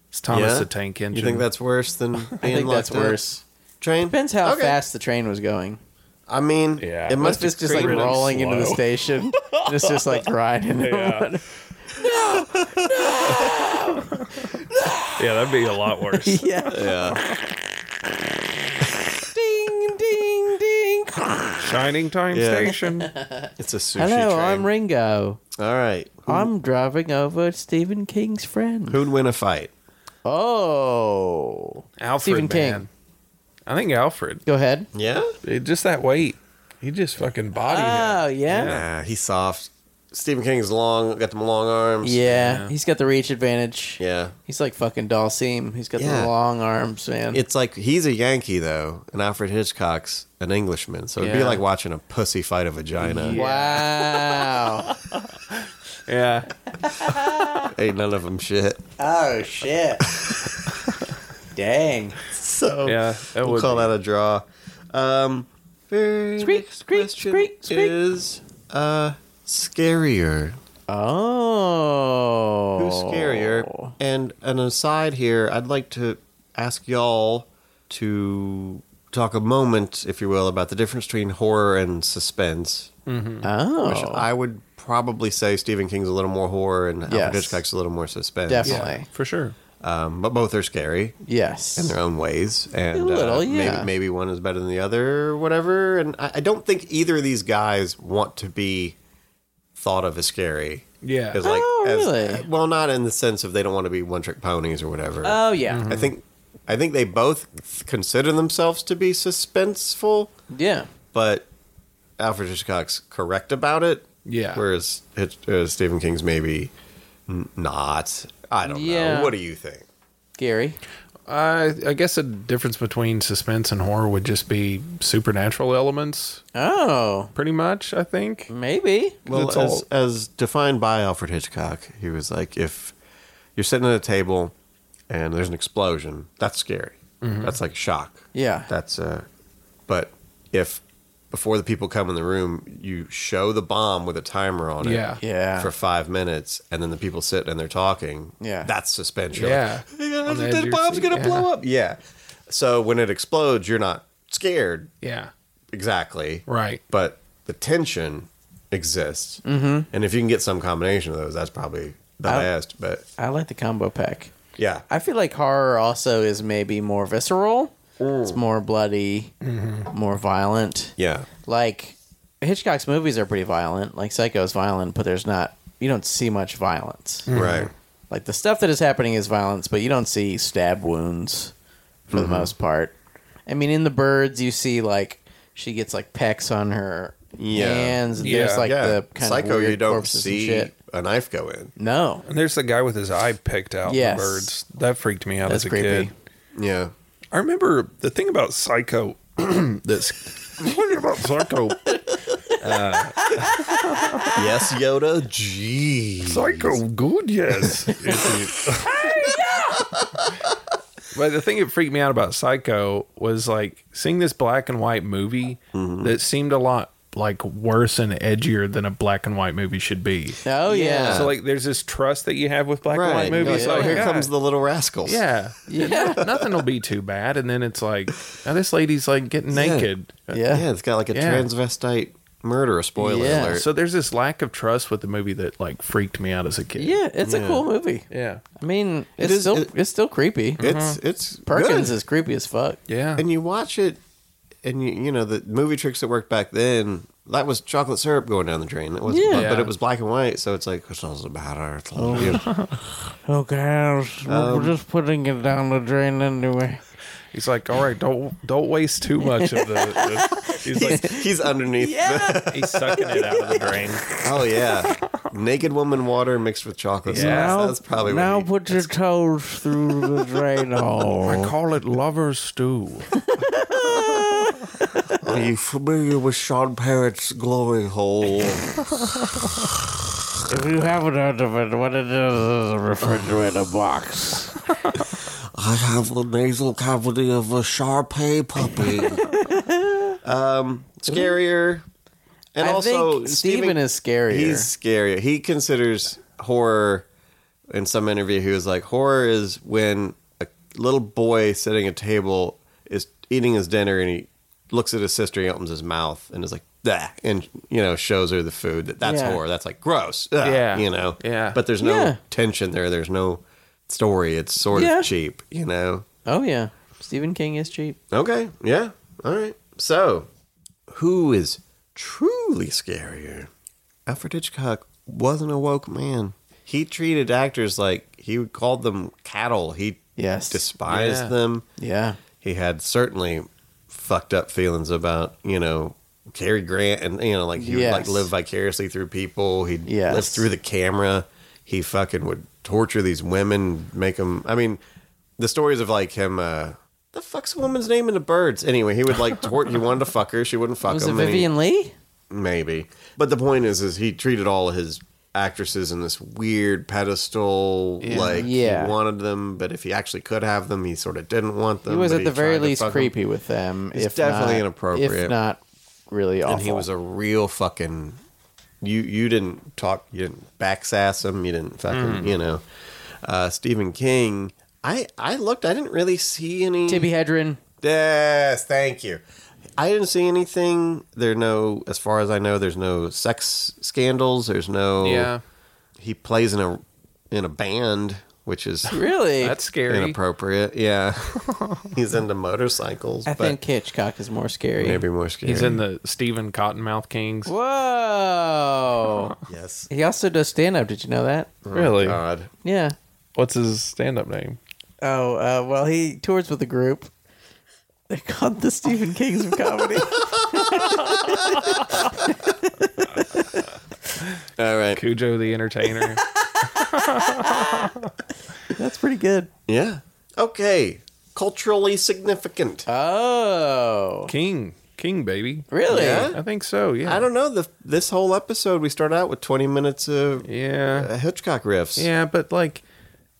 Speaker 7: It's Thomas
Speaker 5: Yeah?
Speaker 7: the Tank Engine.
Speaker 5: You think that's worse than being
Speaker 6: I think
Speaker 5: locked
Speaker 6: that's
Speaker 5: up?
Speaker 6: worse.
Speaker 5: Train
Speaker 6: Depends how
Speaker 5: Okay.
Speaker 6: fast the train was going.
Speaker 5: I mean,
Speaker 7: Yeah.
Speaker 5: it
Speaker 6: What
Speaker 5: must
Speaker 6: if it's
Speaker 5: have
Speaker 6: just like
Speaker 5: created-
Speaker 6: rolling into the station? and it's just like grinding.
Speaker 7: Yeah. yeah, that'd be a lot worse.
Speaker 6: yeah.
Speaker 5: Yeah,
Speaker 6: Ding, ding, ding.
Speaker 7: Shining Time
Speaker 5: Yeah.
Speaker 7: Station.
Speaker 5: it's a sushi
Speaker 6: Hello,
Speaker 5: train.
Speaker 6: I'm Ringo.
Speaker 5: All right,
Speaker 6: I'm driving over Stephen King's friend.
Speaker 5: who'd win a fight?
Speaker 6: Oh.
Speaker 7: Alfred
Speaker 6: Stephen King.
Speaker 7: man. I think Alfred.
Speaker 6: Go ahead.
Speaker 5: Yeah,
Speaker 7: It- just that weight. He just fucking body.
Speaker 5: Ah.
Speaker 6: Oh,
Speaker 7: him.
Speaker 6: yeah.
Speaker 5: nah, he's soft. Stephen King's long, got them long arms.
Speaker 6: Yeah.
Speaker 7: Yeah.
Speaker 6: He's got the reach advantage.
Speaker 5: yeah.
Speaker 6: He's like fucking Doll Seam. He's got
Speaker 5: Yeah.
Speaker 6: the long arms, man.
Speaker 5: It's like he's a Yankee though, and Alfred Hitchcock's an Englishman, so it'd be
Speaker 7: Yeah.
Speaker 5: like watching a pussy fight a vagina.
Speaker 6: wow.
Speaker 7: Yeah.
Speaker 5: Ain't none of them shit.
Speaker 6: oh, shit. Dang.
Speaker 5: So
Speaker 7: Yeah, that
Speaker 5: we'll
Speaker 7: would
Speaker 5: call
Speaker 7: be.
Speaker 5: that a draw. Um, very
Speaker 6: Squeak,
Speaker 5: next
Speaker 6: squeak,
Speaker 5: question
Speaker 6: squeak, squeak.
Speaker 5: is uh, scarier.
Speaker 6: Oh.
Speaker 5: Who's scarier? And an aside here, I'd like to ask y'all to talk a moment, if you will, about the difference between horror and suspense.
Speaker 6: Oh.
Speaker 5: Which I would probably say Stephen King's a little more horror and Alfred
Speaker 6: Yes.
Speaker 5: Hitchcock's a little more suspense.
Speaker 6: Definitely.
Speaker 1: for sure.
Speaker 5: Um, but both are scary
Speaker 6: Yes.
Speaker 5: in their own ways, and
Speaker 6: A little,
Speaker 5: uh,
Speaker 6: yeah.
Speaker 5: maybe maybe one is better than the other, or whatever. And I, I don't think either of these guys want to be thought of as scary.
Speaker 1: Yeah.
Speaker 5: as like
Speaker 6: Oh,
Speaker 5: as-
Speaker 6: really?
Speaker 5: well, not in the sense of they don't want to be one trick ponies or whatever.
Speaker 6: oh yeah.
Speaker 5: I think I think they both consider themselves to be suspenseful,
Speaker 6: Yeah.
Speaker 5: but Alfred Hitchcock's correct about it.
Speaker 1: Yeah.
Speaker 5: Whereas Hitch, uh, Stephen King's maybe n- not. I don't
Speaker 6: Yeah.
Speaker 5: know. What do you think?
Speaker 6: Gary.
Speaker 1: I I guess the difference between suspense and horror would just be supernatural elements,
Speaker 6: Oh,
Speaker 1: pretty much. I think.
Speaker 6: maybe.
Speaker 5: Well,
Speaker 1: That's
Speaker 5: as,
Speaker 1: all-
Speaker 5: as defined by Alfred Hitchcock, he was like, if you're sitting at a table and there's an explosion, that's scary.
Speaker 1: Mm-hmm.
Speaker 5: That's like shock.
Speaker 6: Yeah.
Speaker 5: That's uh but if before the people come in the room, you show the bomb with a timer on it
Speaker 1: Yeah.
Speaker 6: Yeah.
Speaker 5: for five minutes, and then the people sit and they're talking.
Speaker 6: Yeah.
Speaker 5: that's suspense. You're
Speaker 1: Yeah.
Speaker 5: like, "Hey, guys,
Speaker 1: On the edge of
Speaker 5: that
Speaker 1: your
Speaker 5: bomb's
Speaker 1: seat."
Speaker 5: gonna
Speaker 1: Yeah.
Speaker 5: blow up. Yeah. So when it explodes, you're not scared
Speaker 1: Yeah.
Speaker 5: exactly,
Speaker 1: Right.
Speaker 5: but the tension exists. Mm-hmm. And if you can get some combination of those, that's probably the
Speaker 6: I-
Speaker 5: best. But
Speaker 6: I like the combo pack.
Speaker 5: yeah,
Speaker 6: I feel like horror also is maybe more visceral.
Speaker 5: Mm.
Speaker 6: It's more bloody,
Speaker 5: Mm-hmm.
Speaker 6: more violent.
Speaker 5: yeah,
Speaker 6: Like Hitchcock's movies are pretty violent. Like Psycho is violent, but there's not you don't see much violence.
Speaker 5: right.
Speaker 6: Like the stuff that is happening is violence, but you don't see stab wounds for
Speaker 5: Mm-hmm.
Speaker 6: the most part. I mean, in the birds, you see like she gets like pecks on her
Speaker 5: Yeah.
Speaker 6: hands. And There's
Speaker 1: Yeah.
Speaker 6: like
Speaker 5: yeah,
Speaker 6: the kind
Speaker 5: psycho.
Speaker 6: of weird
Speaker 5: you don't
Speaker 6: corpses and
Speaker 5: see
Speaker 6: shit.
Speaker 5: a knife go in.
Speaker 6: No,
Speaker 1: And there's the guy with his eye picked out. in
Speaker 6: Yes.
Speaker 1: The birds. That freaked me out
Speaker 6: That's
Speaker 1: as a
Speaker 6: creepy.
Speaker 1: kid.
Speaker 5: Yeah,
Speaker 1: I remember the thing about Psycho. that's what about Psycho?
Speaker 5: Yes, Yoda. Jeez.
Speaker 1: Psycho good, yes. but the thing that freaked me out about Psycho was like seeing this black and white movie that seemed a lot like worse and edgier than a black and white movie should be.
Speaker 6: oh yeah,
Speaker 5: Yeah.
Speaker 1: So like there's this trust that you have with black and
Speaker 5: Right.
Speaker 1: white movies.
Speaker 5: oh,
Speaker 1: like,
Speaker 5: here
Speaker 1: yeah,
Speaker 5: comes the little rascals.
Speaker 1: Yeah. Nothing will be too bad. And then it's like, now this lady's like getting naked.
Speaker 6: yeah,
Speaker 5: Yeah, it's got like a
Speaker 1: Yeah.
Speaker 5: transvestite murder. Spoiler
Speaker 6: Yeah.
Speaker 5: alert.
Speaker 1: So there's this lack of trust with the movie that like freaked me out as a kid.
Speaker 6: Yeah, It's a cool movie.
Speaker 1: Yeah.
Speaker 6: I mean,
Speaker 5: It
Speaker 6: it's
Speaker 5: is-
Speaker 6: still
Speaker 5: it-
Speaker 6: it's still creepy. Mm-hmm.
Speaker 5: it's it's
Speaker 6: Perkins
Speaker 5: good.
Speaker 6: is creepy as fuck.
Speaker 1: Yeah.
Speaker 5: and you watch it, and you you know the movie tricks that worked back then. That was chocolate syrup going down the drain. It was,
Speaker 6: Yeah.
Speaker 5: but, but it was black and white, so it's like it doesn't matter. It's all good.
Speaker 6: Oh gosh,
Speaker 5: Um,
Speaker 6: we're just putting it down the drain anyway.
Speaker 1: He's like, all right, don't don't waste too much of the. the-" he's like,
Speaker 5: He's underneath.
Speaker 1: he's sucking it out of the drain.
Speaker 5: the- oh yeah, naked woman water mixed with chocolate
Speaker 1: Yeah.
Speaker 5: sauce. That's probably what
Speaker 6: now
Speaker 5: he-
Speaker 6: put your toes through the drain hole.
Speaker 1: Call it lover's stew.
Speaker 5: Are you familiar with Sean Parrott's glory hole?
Speaker 6: If you haven't heard of it, what it is is a refrigerator box.
Speaker 5: I have the nasal cavity of a Shar-Pei puppy. um, scarier. And
Speaker 6: I
Speaker 5: also,
Speaker 6: think Steven is scarier.
Speaker 5: He's scarier. He considers horror, in some interview, he was like, horror is when a little boy sitting at a table is eating his dinner and he looks at his sister, he opens his mouth and is like, Dah, and you know, shows her the food. That that's
Speaker 6: Yeah.
Speaker 5: horror. That's like gross. Ugh,
Speaker 1: Yeah.
Speaker 5: you know.
Speaker 1: Yeah.
Speaker 5: But there's no
Speaker 6: Yeah.
Speaker 5: tension there. There's no story. It's sort
Speaker 6: Yeah.
Speaker 5: of cheap, you know?
Speaker 6: Oh yeah, Stephen King is cheap.
Speaker 5: Okay. Yeah. All right. So, who is truly scarier? Alfred Hitchcock wasn't a woke man. He treated actors like he called them cattle. He
Speaker 6: Yes.
Speaker 5: despised
Speaker 1: Yeah.
Speaker 5: them.
Speaker 6: Yeah.
Speaker 5: He had certainly fucked up feelings about, you know, Cary Grant and you know, like he would like
Speaker 6: Yes.
Speaker 5: live vicariously through people. He'd
Speaker 6: Yes.
Speaker 5: live through the camera. He fucking would torture these women, make them I mean, the stories of like him uh the fuck's the woman's name in the birds? Anyway, he would like tort. He wanted to fuck her. She wouldn't fuck
Speaker 6: Was it
Speaker 5: him. and he-
Speaker 6: Vivian Lee?
Speaker 5: maybe. But the point is, is he treated all his actresses in this weird pedestal. Like
Speaker 6: Yeah.
Speaker 5: he wanted them, but if he actually could have them, he sort of didn't want them.
Speaker 6: He was
Speaker 5: but
Speaker 6: at the very
Speaker 5: tried to
Speaker 6: least
Speaker 5: fuck 'em.
Speaker 6: creepy with them.
Speaker 5: He's
Speaker 6: if
Speaker 5: definitely
Speaker 6: not-
Speaker 5: inappropriate.
Speaker 6: If not really awful.
Speaker 5: And he was a real fucking. You you didn't talk. You didn't backsass him. You didn't fucking. You know, uh, Stephen King. I I looked. I didn't really see any.
Speaker 6: Tibby Hedren.
Speaker 5: Yes, thank you. I didn't see anything. There no, as far as I know, there's no sex scandals. There's no.
Speaker 1: Yeah.
Speaker 5: He plays in a in a band, which is
Speaker 6: Really?
Speaker 1: That's scary.
Speaker 5: inappropriate. Yeah. He's into motorcycles.
Speaker 6: I
Speaker 5: but
Speaker 6: think Hitchcock is more scary.
Speaker 5: maybe more scary.
Speaker 1: He's in the Stephen Cottonmouth Kings.
Speaker 6: Whoa.
Speaker 5: yes.
Speaker 6: he also does stand up. Did you know that?
Speaker 1: Oh, Really?
Speaker 5: God.
Speaker 6: Yeah.
Speaker 1: What's his stand up name?
Speaker 6: Oh, uh, well, he tours with a group. They're called the Stephen Kings of comedy.
Speaker 5: All right.
Speaker 1: Cujo the Entertainer.
Speaker 6: That's pretty good.
Speaker 5: Yeah. Okay. Culturally significant.
Speaker 1: Uh-huh.
Speaker 6: Oh.
Speaker 1: King. King, baby.
Speaker 6: Really?
Speaker 5: Yeah?
Speaker 1: I think so, yeah.
Speaker 5: I don't know. The, this whole episode, we start out with 20 minutes of
Speaker 1: Yeah.
Speaker 5: uh, Hitchcock riffs.
Speaker 1: Yeah, but like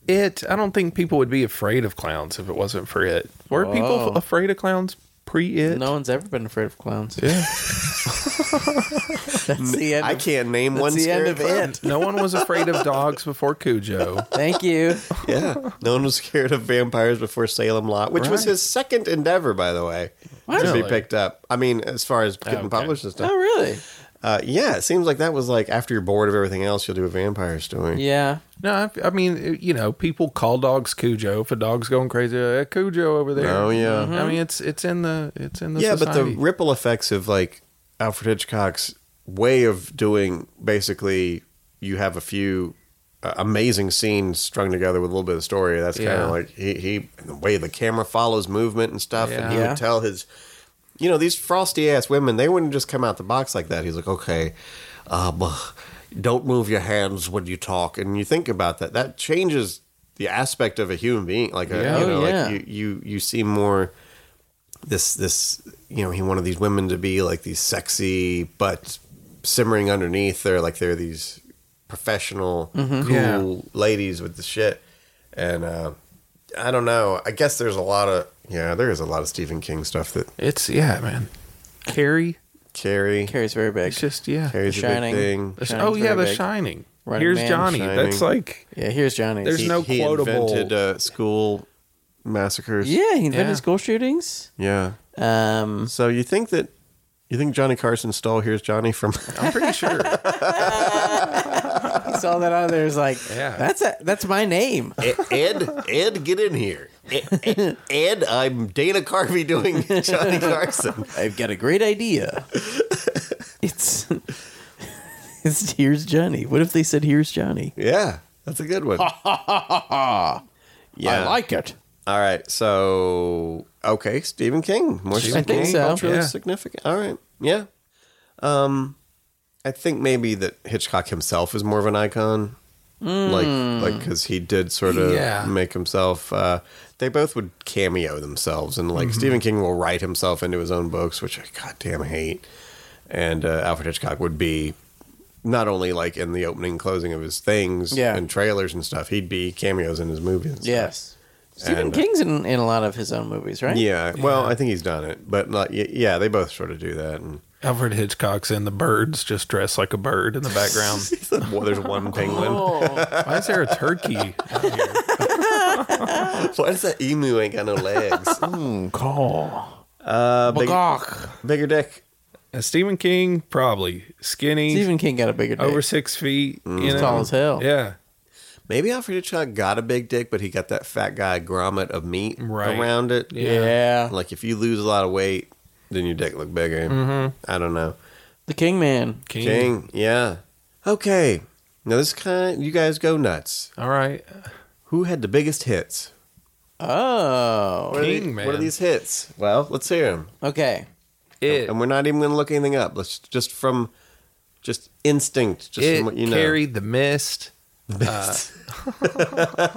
Speaker 1: it, I don't think people would be afraid of clowns if it wasn't for it. Were people
Speaker 6: Whoa.
Speaker 1: f- afraid of clowns pre it?
Speaker 6: No one's ever been afraid of clowns. Mm,
Speaker 1: Yeah.
Speaker 6: That's the end.
Speaker 5: I
Speaker 6: of-
Speaker 5: can't name
Speaker 6: That's
Speaker 5: one
Speaker 6: the
Speaker 5: scary
Speaker 6: end of
Speaker 5: clown.
Speaker 6: it.
Speaker 1: no one was afraid of dogs before Cujo.
Speaker 6: Thank you.
Speaker 5: Yeah. No one was scared of vampires before Salem Lot, which was
Speaker 1: Right.
Speaker 5: his second endeavor, by the way, to be
Speaker 1: Really?
Speaker 5: picked up. I mean, as far as getting
Speaker 1: Okay.
Speaker 5: published and stuff.
Speaker 6: Oh, really?
Speaker 5: Uh, yeah, it seems like that was like after you're bored of everything else, you'll do a vampire story.
Speaker 6: Yeah.
Speaker 1: No, I, I mean, it- you know, people call dogs Cujo. If a dog's going crazy, "Eh, Cujo over there.
Speaker 5: Oh, yeah.
Speaker 6: Mm-hmm.
Speaker 1: I mean, it's it's in the it's in the
Speaker 5: Yeah, but the
Speaker 1: society.
Speaker 5: ripple effects of like Alfred Hitchcock's way of doing basically you have a few uh, amazing scenes strung together with a little bit of story. That's kind
Speaker 1: Yeah.
Speaker 5: of like he, he and the way the camera follows movement and stuff, and he
Speaker 6: Yeah. Yeah.
Speaker 5: would tell his you know these frosty ass women they wouldn't just come out the box like that. He's like, okay, um, don't move your hands when you talk, and you think about that. That changes the aspect of a human being. Like, a,
Speaker 1: Yeah.
Speaker 5: you know,
Speaker 6: Oh, yeah.
Speaker 5: like you you you see more this this you know he wanted these women to be like these sexy but simmering underneath they're like they're these professional
Speaker 6: Mm-hmm.
Speaker 5: cool ladies with the shit and uh i don't know i guess there's a lot of yeah there is a lot of stephen king stuff that
Speaker 1: it's yeah, man. Carrie,
Speaker 5: carrie
Speaker 6: Carrie's very big.
Speaker 1: it's just yeah.
Speaker 5: carrie's a
Speaker 6: Shining.
Speaker 5: big thing
Speaker 1: The sh-
Speaker 6: Shining's
Speaker 1: oh yeah,
Speaker 6: very
Speaker 1: The
Speaker 6: big.
Speaker 1: Shining.
Speaker 6: Running
Speaker 1: Here's
Speaker 6: Man.
Speaker 1: Johnny.
Speaker 5: Shining.
Speaker 1: That's like
Speaker 6: Yeah, here's Johnny.
Speaker 1: There's
Speaker 5: he,
Speaker 1: no
Speaker 5: he
Speaker 1: quotable-
Speaker 5: invented uh, school massacres
Speaker 6: yeah, he invented
Speaker 1: Yeah.
Speaker 6: school shootings.
Speaker 5: yeah
Speaker 6: Um,
Speaker 5: so you think that you think johnny carson stole here's johnny from
Speaker 1: I'm pretty sure.
Speaker 6: I saw that on there. It's like,
Speaker 1: Yeah.
Speaker 6: that's a, that's my name.
Speaker 5: E-, Ed, Ed, get in here. Ed, Ed, I'm Dana Carvey doing Johnny Carson.
Speaker 6: I've got a great idea. it's it's here's Johnny. What if they said here's Johnny?
Speaker 5: Yeah, that's a good one. yeah.
Speaker 6: it.
Speaker 5: All right. So, okay, Stephen King. More
Speaker 6: I think so.
Speaker 5: Culturally
Speaker 1: Yeah.
Speaker 5: significant. All right. Yeah. Um, I think maybe that Hitchcock himself is more of an icon. Like, like, because he did sort of
Speaker 1: Yeah.
Speaker 5: make himself. Uh, they both would cameo themselves, and like Stephen King will write himself into his own books, which I goddamn hate. And uh, Alfred Hitchcock would be not only like in the opening, and closing of his things
Speaker 6: Yeah.
Speaker 5: and trailers and stuff. He'd be cameos in his movies. and stuff.
Speaker 6: Yes. Stephen
Speaker 5: And, uh,
Speaker 6: King's in, in a lot of his own movies, right?
Speaker 5: Yeah. Well, I think he's done it, but like, y- yeah, they both sort of do that. And
Speaker 1: Alfred Hitchcock's in The Birds, just dressed like a bird in the background.
Speaker 5: well, there's one penguin.
Speaker 6: Oh,
Speaker 1: Why is there a turkey? out here?
Speaker 5: Why does that emu ain't got no legs?
Speaker 1: Hmm, Call.
Speaker 5: Uh, big,
Speaker 6: Magog.
Speaker 5: bigger dick.
Speaker 1: Uh, Stephen King, probably skinny,
Speaker 6: Stephen King got a bigger dick.
Speaker 1: over six feet.
Speaker 5: Mm.
Speaker 1: You know?
Speaker 6: tall as hell.
Speaker 1: Yeah.
Speaker 5: Maybe Alfred Hitchcock got a big dick, but he got that fat guy grommet of meat
Speaker 1: Right.
Speaker 5: around it.
Speaker 6: yeah.
Speaker 5: Like if you lose a lot of weight, then your dick look bigger.
Speaker 1: Mm-hmm.
Speaker 5: I don't know.
Speaker 6: The King Man.
Speaker 1: King.
Speaker 5: King. Yeah. Okay. Now this kind, you guys go nuts.
Speaker 1: All right.
Speaker 5: Who had the biggest hits?
Speaker 6: Oh.
Speaker 5: What are
Speaker 1: King,
Speaker 5: the-
Speaker 1: man.
Speaker 5: What are these hits? Well, let's hear them.
Speaker 6: Okay.
Speaker 1: It,
Speaker 5: and we're not even going to look anything up. Let's just from just instinct, just
Speaker 1: it uh,
Speaker 5: from what you know.
Speaker 1: carried the mist,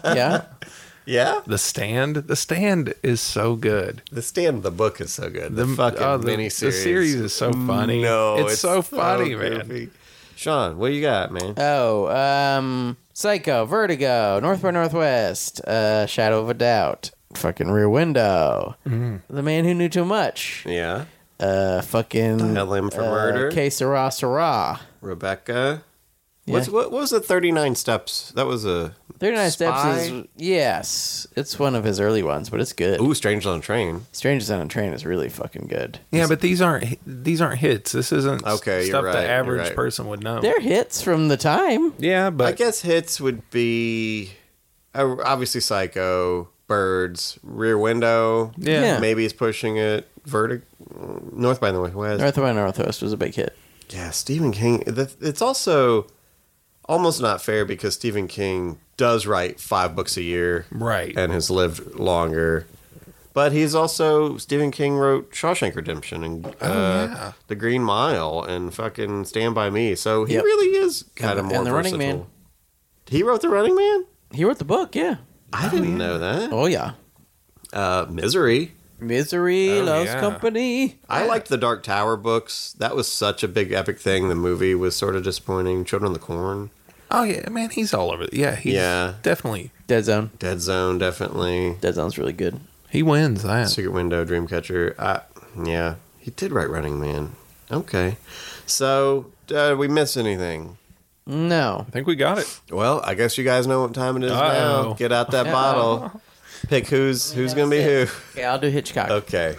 Speaker 6: Yeah.
Speaker 5: yeah,
Speaker 1: the stand. The stand is so good.
Speaker 5: the stand of the book is so good. The, fucking
Speaker 1: oh, the,
Speaker 5: miniseries.
Speaker 1: The series is so funny.
Speaker 5: No,
Speaker 1: it's, so funny, man.
Speaker 5: goofy. Sean, what do you got, man?
Speaker 6: Oh, um, Psycho, Vertigo, North by Northwest, uh, Shadow of a Doubt, fucking Rear Window,
Speaker 5: Mm-hmm.
Speaker 6: The Man Who Knew Too Much,
Speaker 5: yeah,
Speaker 6: uh, fucking
Speaker 5: Helen for
Speaker 6: uh,
Speaker 5: Murder,
Speaker 6: Que Sera Sera,
Speaker 5: Rebecca. What's, what, what was the 39 steps? That was a.
Speaker 6: 39 Steps
Speaker 5: Spy?
Speaker 6: is, yes, it's one of his early ones, but it's good.
Speaker 5: Ooh, Strangers on a Train.
Speaker 6: Strangers on a Train is really fucking good.
Speaker 1: Yeah, but these aren't these aren't hits. This isn't s-
Speaker 5: Okay, you're
Speaker 1: stuff
Speaker 5: right,
Speaker 1: the
Speaker 5: you're
Speaker 1: average
Speaker 5: right.
Speaker 1: person would know.
Speaker 6: They're hits from the time.
Speaker 1: yeah,
Speaker 5: I
Speaker 1: but
Speaker 5: guess hits would be uh, obviously Psycho, Birds, Rear Window.
Speaker 1: yeah.
Speaker 6: Yeah.
Speaker 5: Maybe he's pushing it. Vertic, North by Northwest.
Speaker 6: North by Northwest was a big hit.
Speaker 5: Yeah, Stephen King. the- It's also almost not fair because Stephen King does write five books a year,
Speaker 1: Right.
Speaker 5: and has lived longer. But he's also Stephen King wrote Shawshank Redemption and uh,
Speaker 6: Oh,
Speaker 5: The Green Mile and fucking Stand by Me. So he
Speaker 6: Yep.
Speaker 5: really is kind of
Speaker 6: And-
Speaker 5: more
Speaker 6: and The Running
Speaker 5: versatile.
Speaker 6: Man.
Speaker 5: He wrote The Running Man.
Speaker 6: He wrote the book, yeah.
Speaker 5: I didn't know that.
Speaker 6: Oh, yeah.
Speaker 5: Uh, Misery. Oh,
Speaker 6: Misery Loves
Speaker 1: yeah.
Speaker 6: Company.
Speaker 5: I liked the Dark Tower books. That was such a big epic thing. The movie was sort of disappointing. Children of the Corn.
Speaker 1: Oh yeah, man, he's all over. it. Yeah, he's
Speaker 5: Yeah.
Speaker 1: definitely
Speaker 6: Dead Zone.
Speaker 5: Dead Zone, definitely.
Speaker 6: Dead Zone's really good.
Speaker 1: he wins that.
Speaker 5: Secret Window, Dreamcatcher. I, yeah, he did write Running Man. Okay. So, uh, did we miss anything?
Speaker 6: No.
Speaker 1: I think we got it.
Speaker 5: Well, I guess you guys know what time it is now.
Speaker 1: Uh-oh.
Speaker 5: Get out that bottle. Pick who's who's going to be who.
Speaker 6: Okay, I'll do Hitchcock.
Speaker 5: Okay.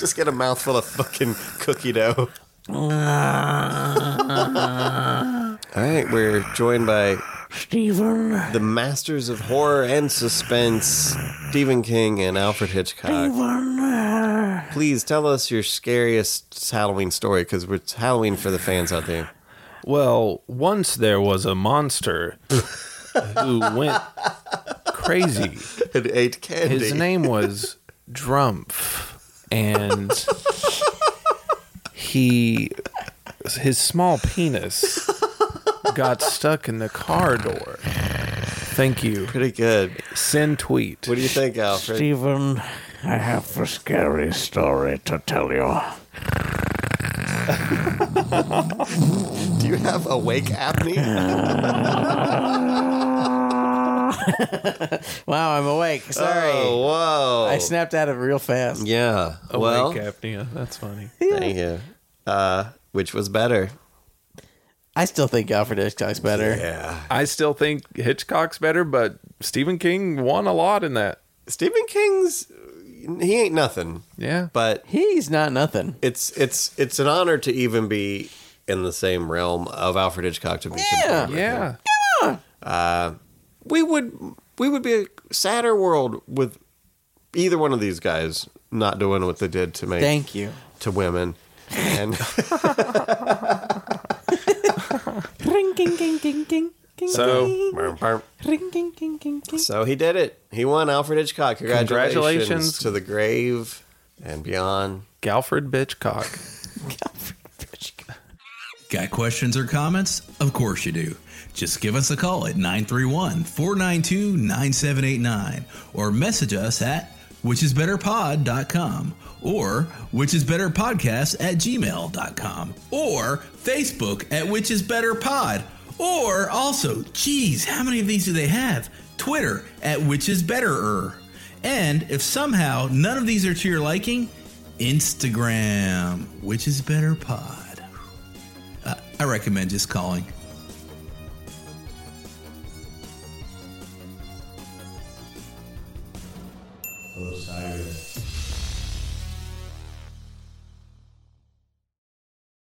Speaker 5: Just get a mouthful of fucking cookie dough. All right, we're joined by
Speaker 6: Stephen.
Speaker 5: the masters of horror and suspense, Stephen King and Alfred Hitchcock. Please tell us your scariest Halloween story because it's Halloween for the fans out there.
Speaker 1: Well, once there was a monster who went crazy.
Speaker 5: It ate candy.
Speaker 1: His name was Drumpf, and he his small penis got stuck in the car door. Thank you.
Speaker 5: Pretty good.
Speaker 1: Send tweet.
Speaker 5: What do you think, Alfred?
Speaker 6: Stephen, I have a scary story to tell you.
Speaker 5: Do you have awake apnea?
Speaker 6: Wow, I'm awake. Sorry.
Speaker 5: Oh, whoa.
Speaker 6: I snapped out of it real fast.
Speaker 5: yeah. well,
Speaker 1: Awake apnea. That's funny.
Speaker 5: thank you. Uh, which was better?
Speaker 6: I still think Alfred Hitchcock's better.
Speaker 5: Yeah.
Speaker 1: I still think Hitchcock's better, but Stephen King won a lot in that.
Speaker 5: Stephen King's he ain't nothing,
Speaker 1: Yeah.
Speaker 5: but
Speaker 6: He's not nothing.
Speaker 5: it's it's it's an honor to even be in the same realm of Alfred Hitchcock to be compared. with him.
Speaker 1: Yeah.
Speaker 5: We would we would be a sadder world with either one of these guys not doing what they did to make
Speaker 6: Thank you.
Speaker 5: to women. And
Speaker 6: Ring, ding, ding, ding, ding, ding,
Speaker 1: So,
Speaker 6: ring, ding, ding, ding, ding.
Speaker 5: so he did it. He won Alfred Hitchcock. Congratulations,
Speaker 1: Congratulations.
Speaker 5: to the grave and beyond.
Speaker 1: Galfred Bitchcock.
Speaker 4: Got questions or comments? Of course you do. Just give us a call at 931 492 9789 or message us at whichisbetterpod.com or whichisbetterpodcast at gmail.com or Facebook at whichisbetterpod or also, geez, how many of these do they have? Twitter at whichisbetterer. And if somehow none of these are to your liking, Instagram, which is better pod. I recommend just calling.
Speaker 10: Osiris,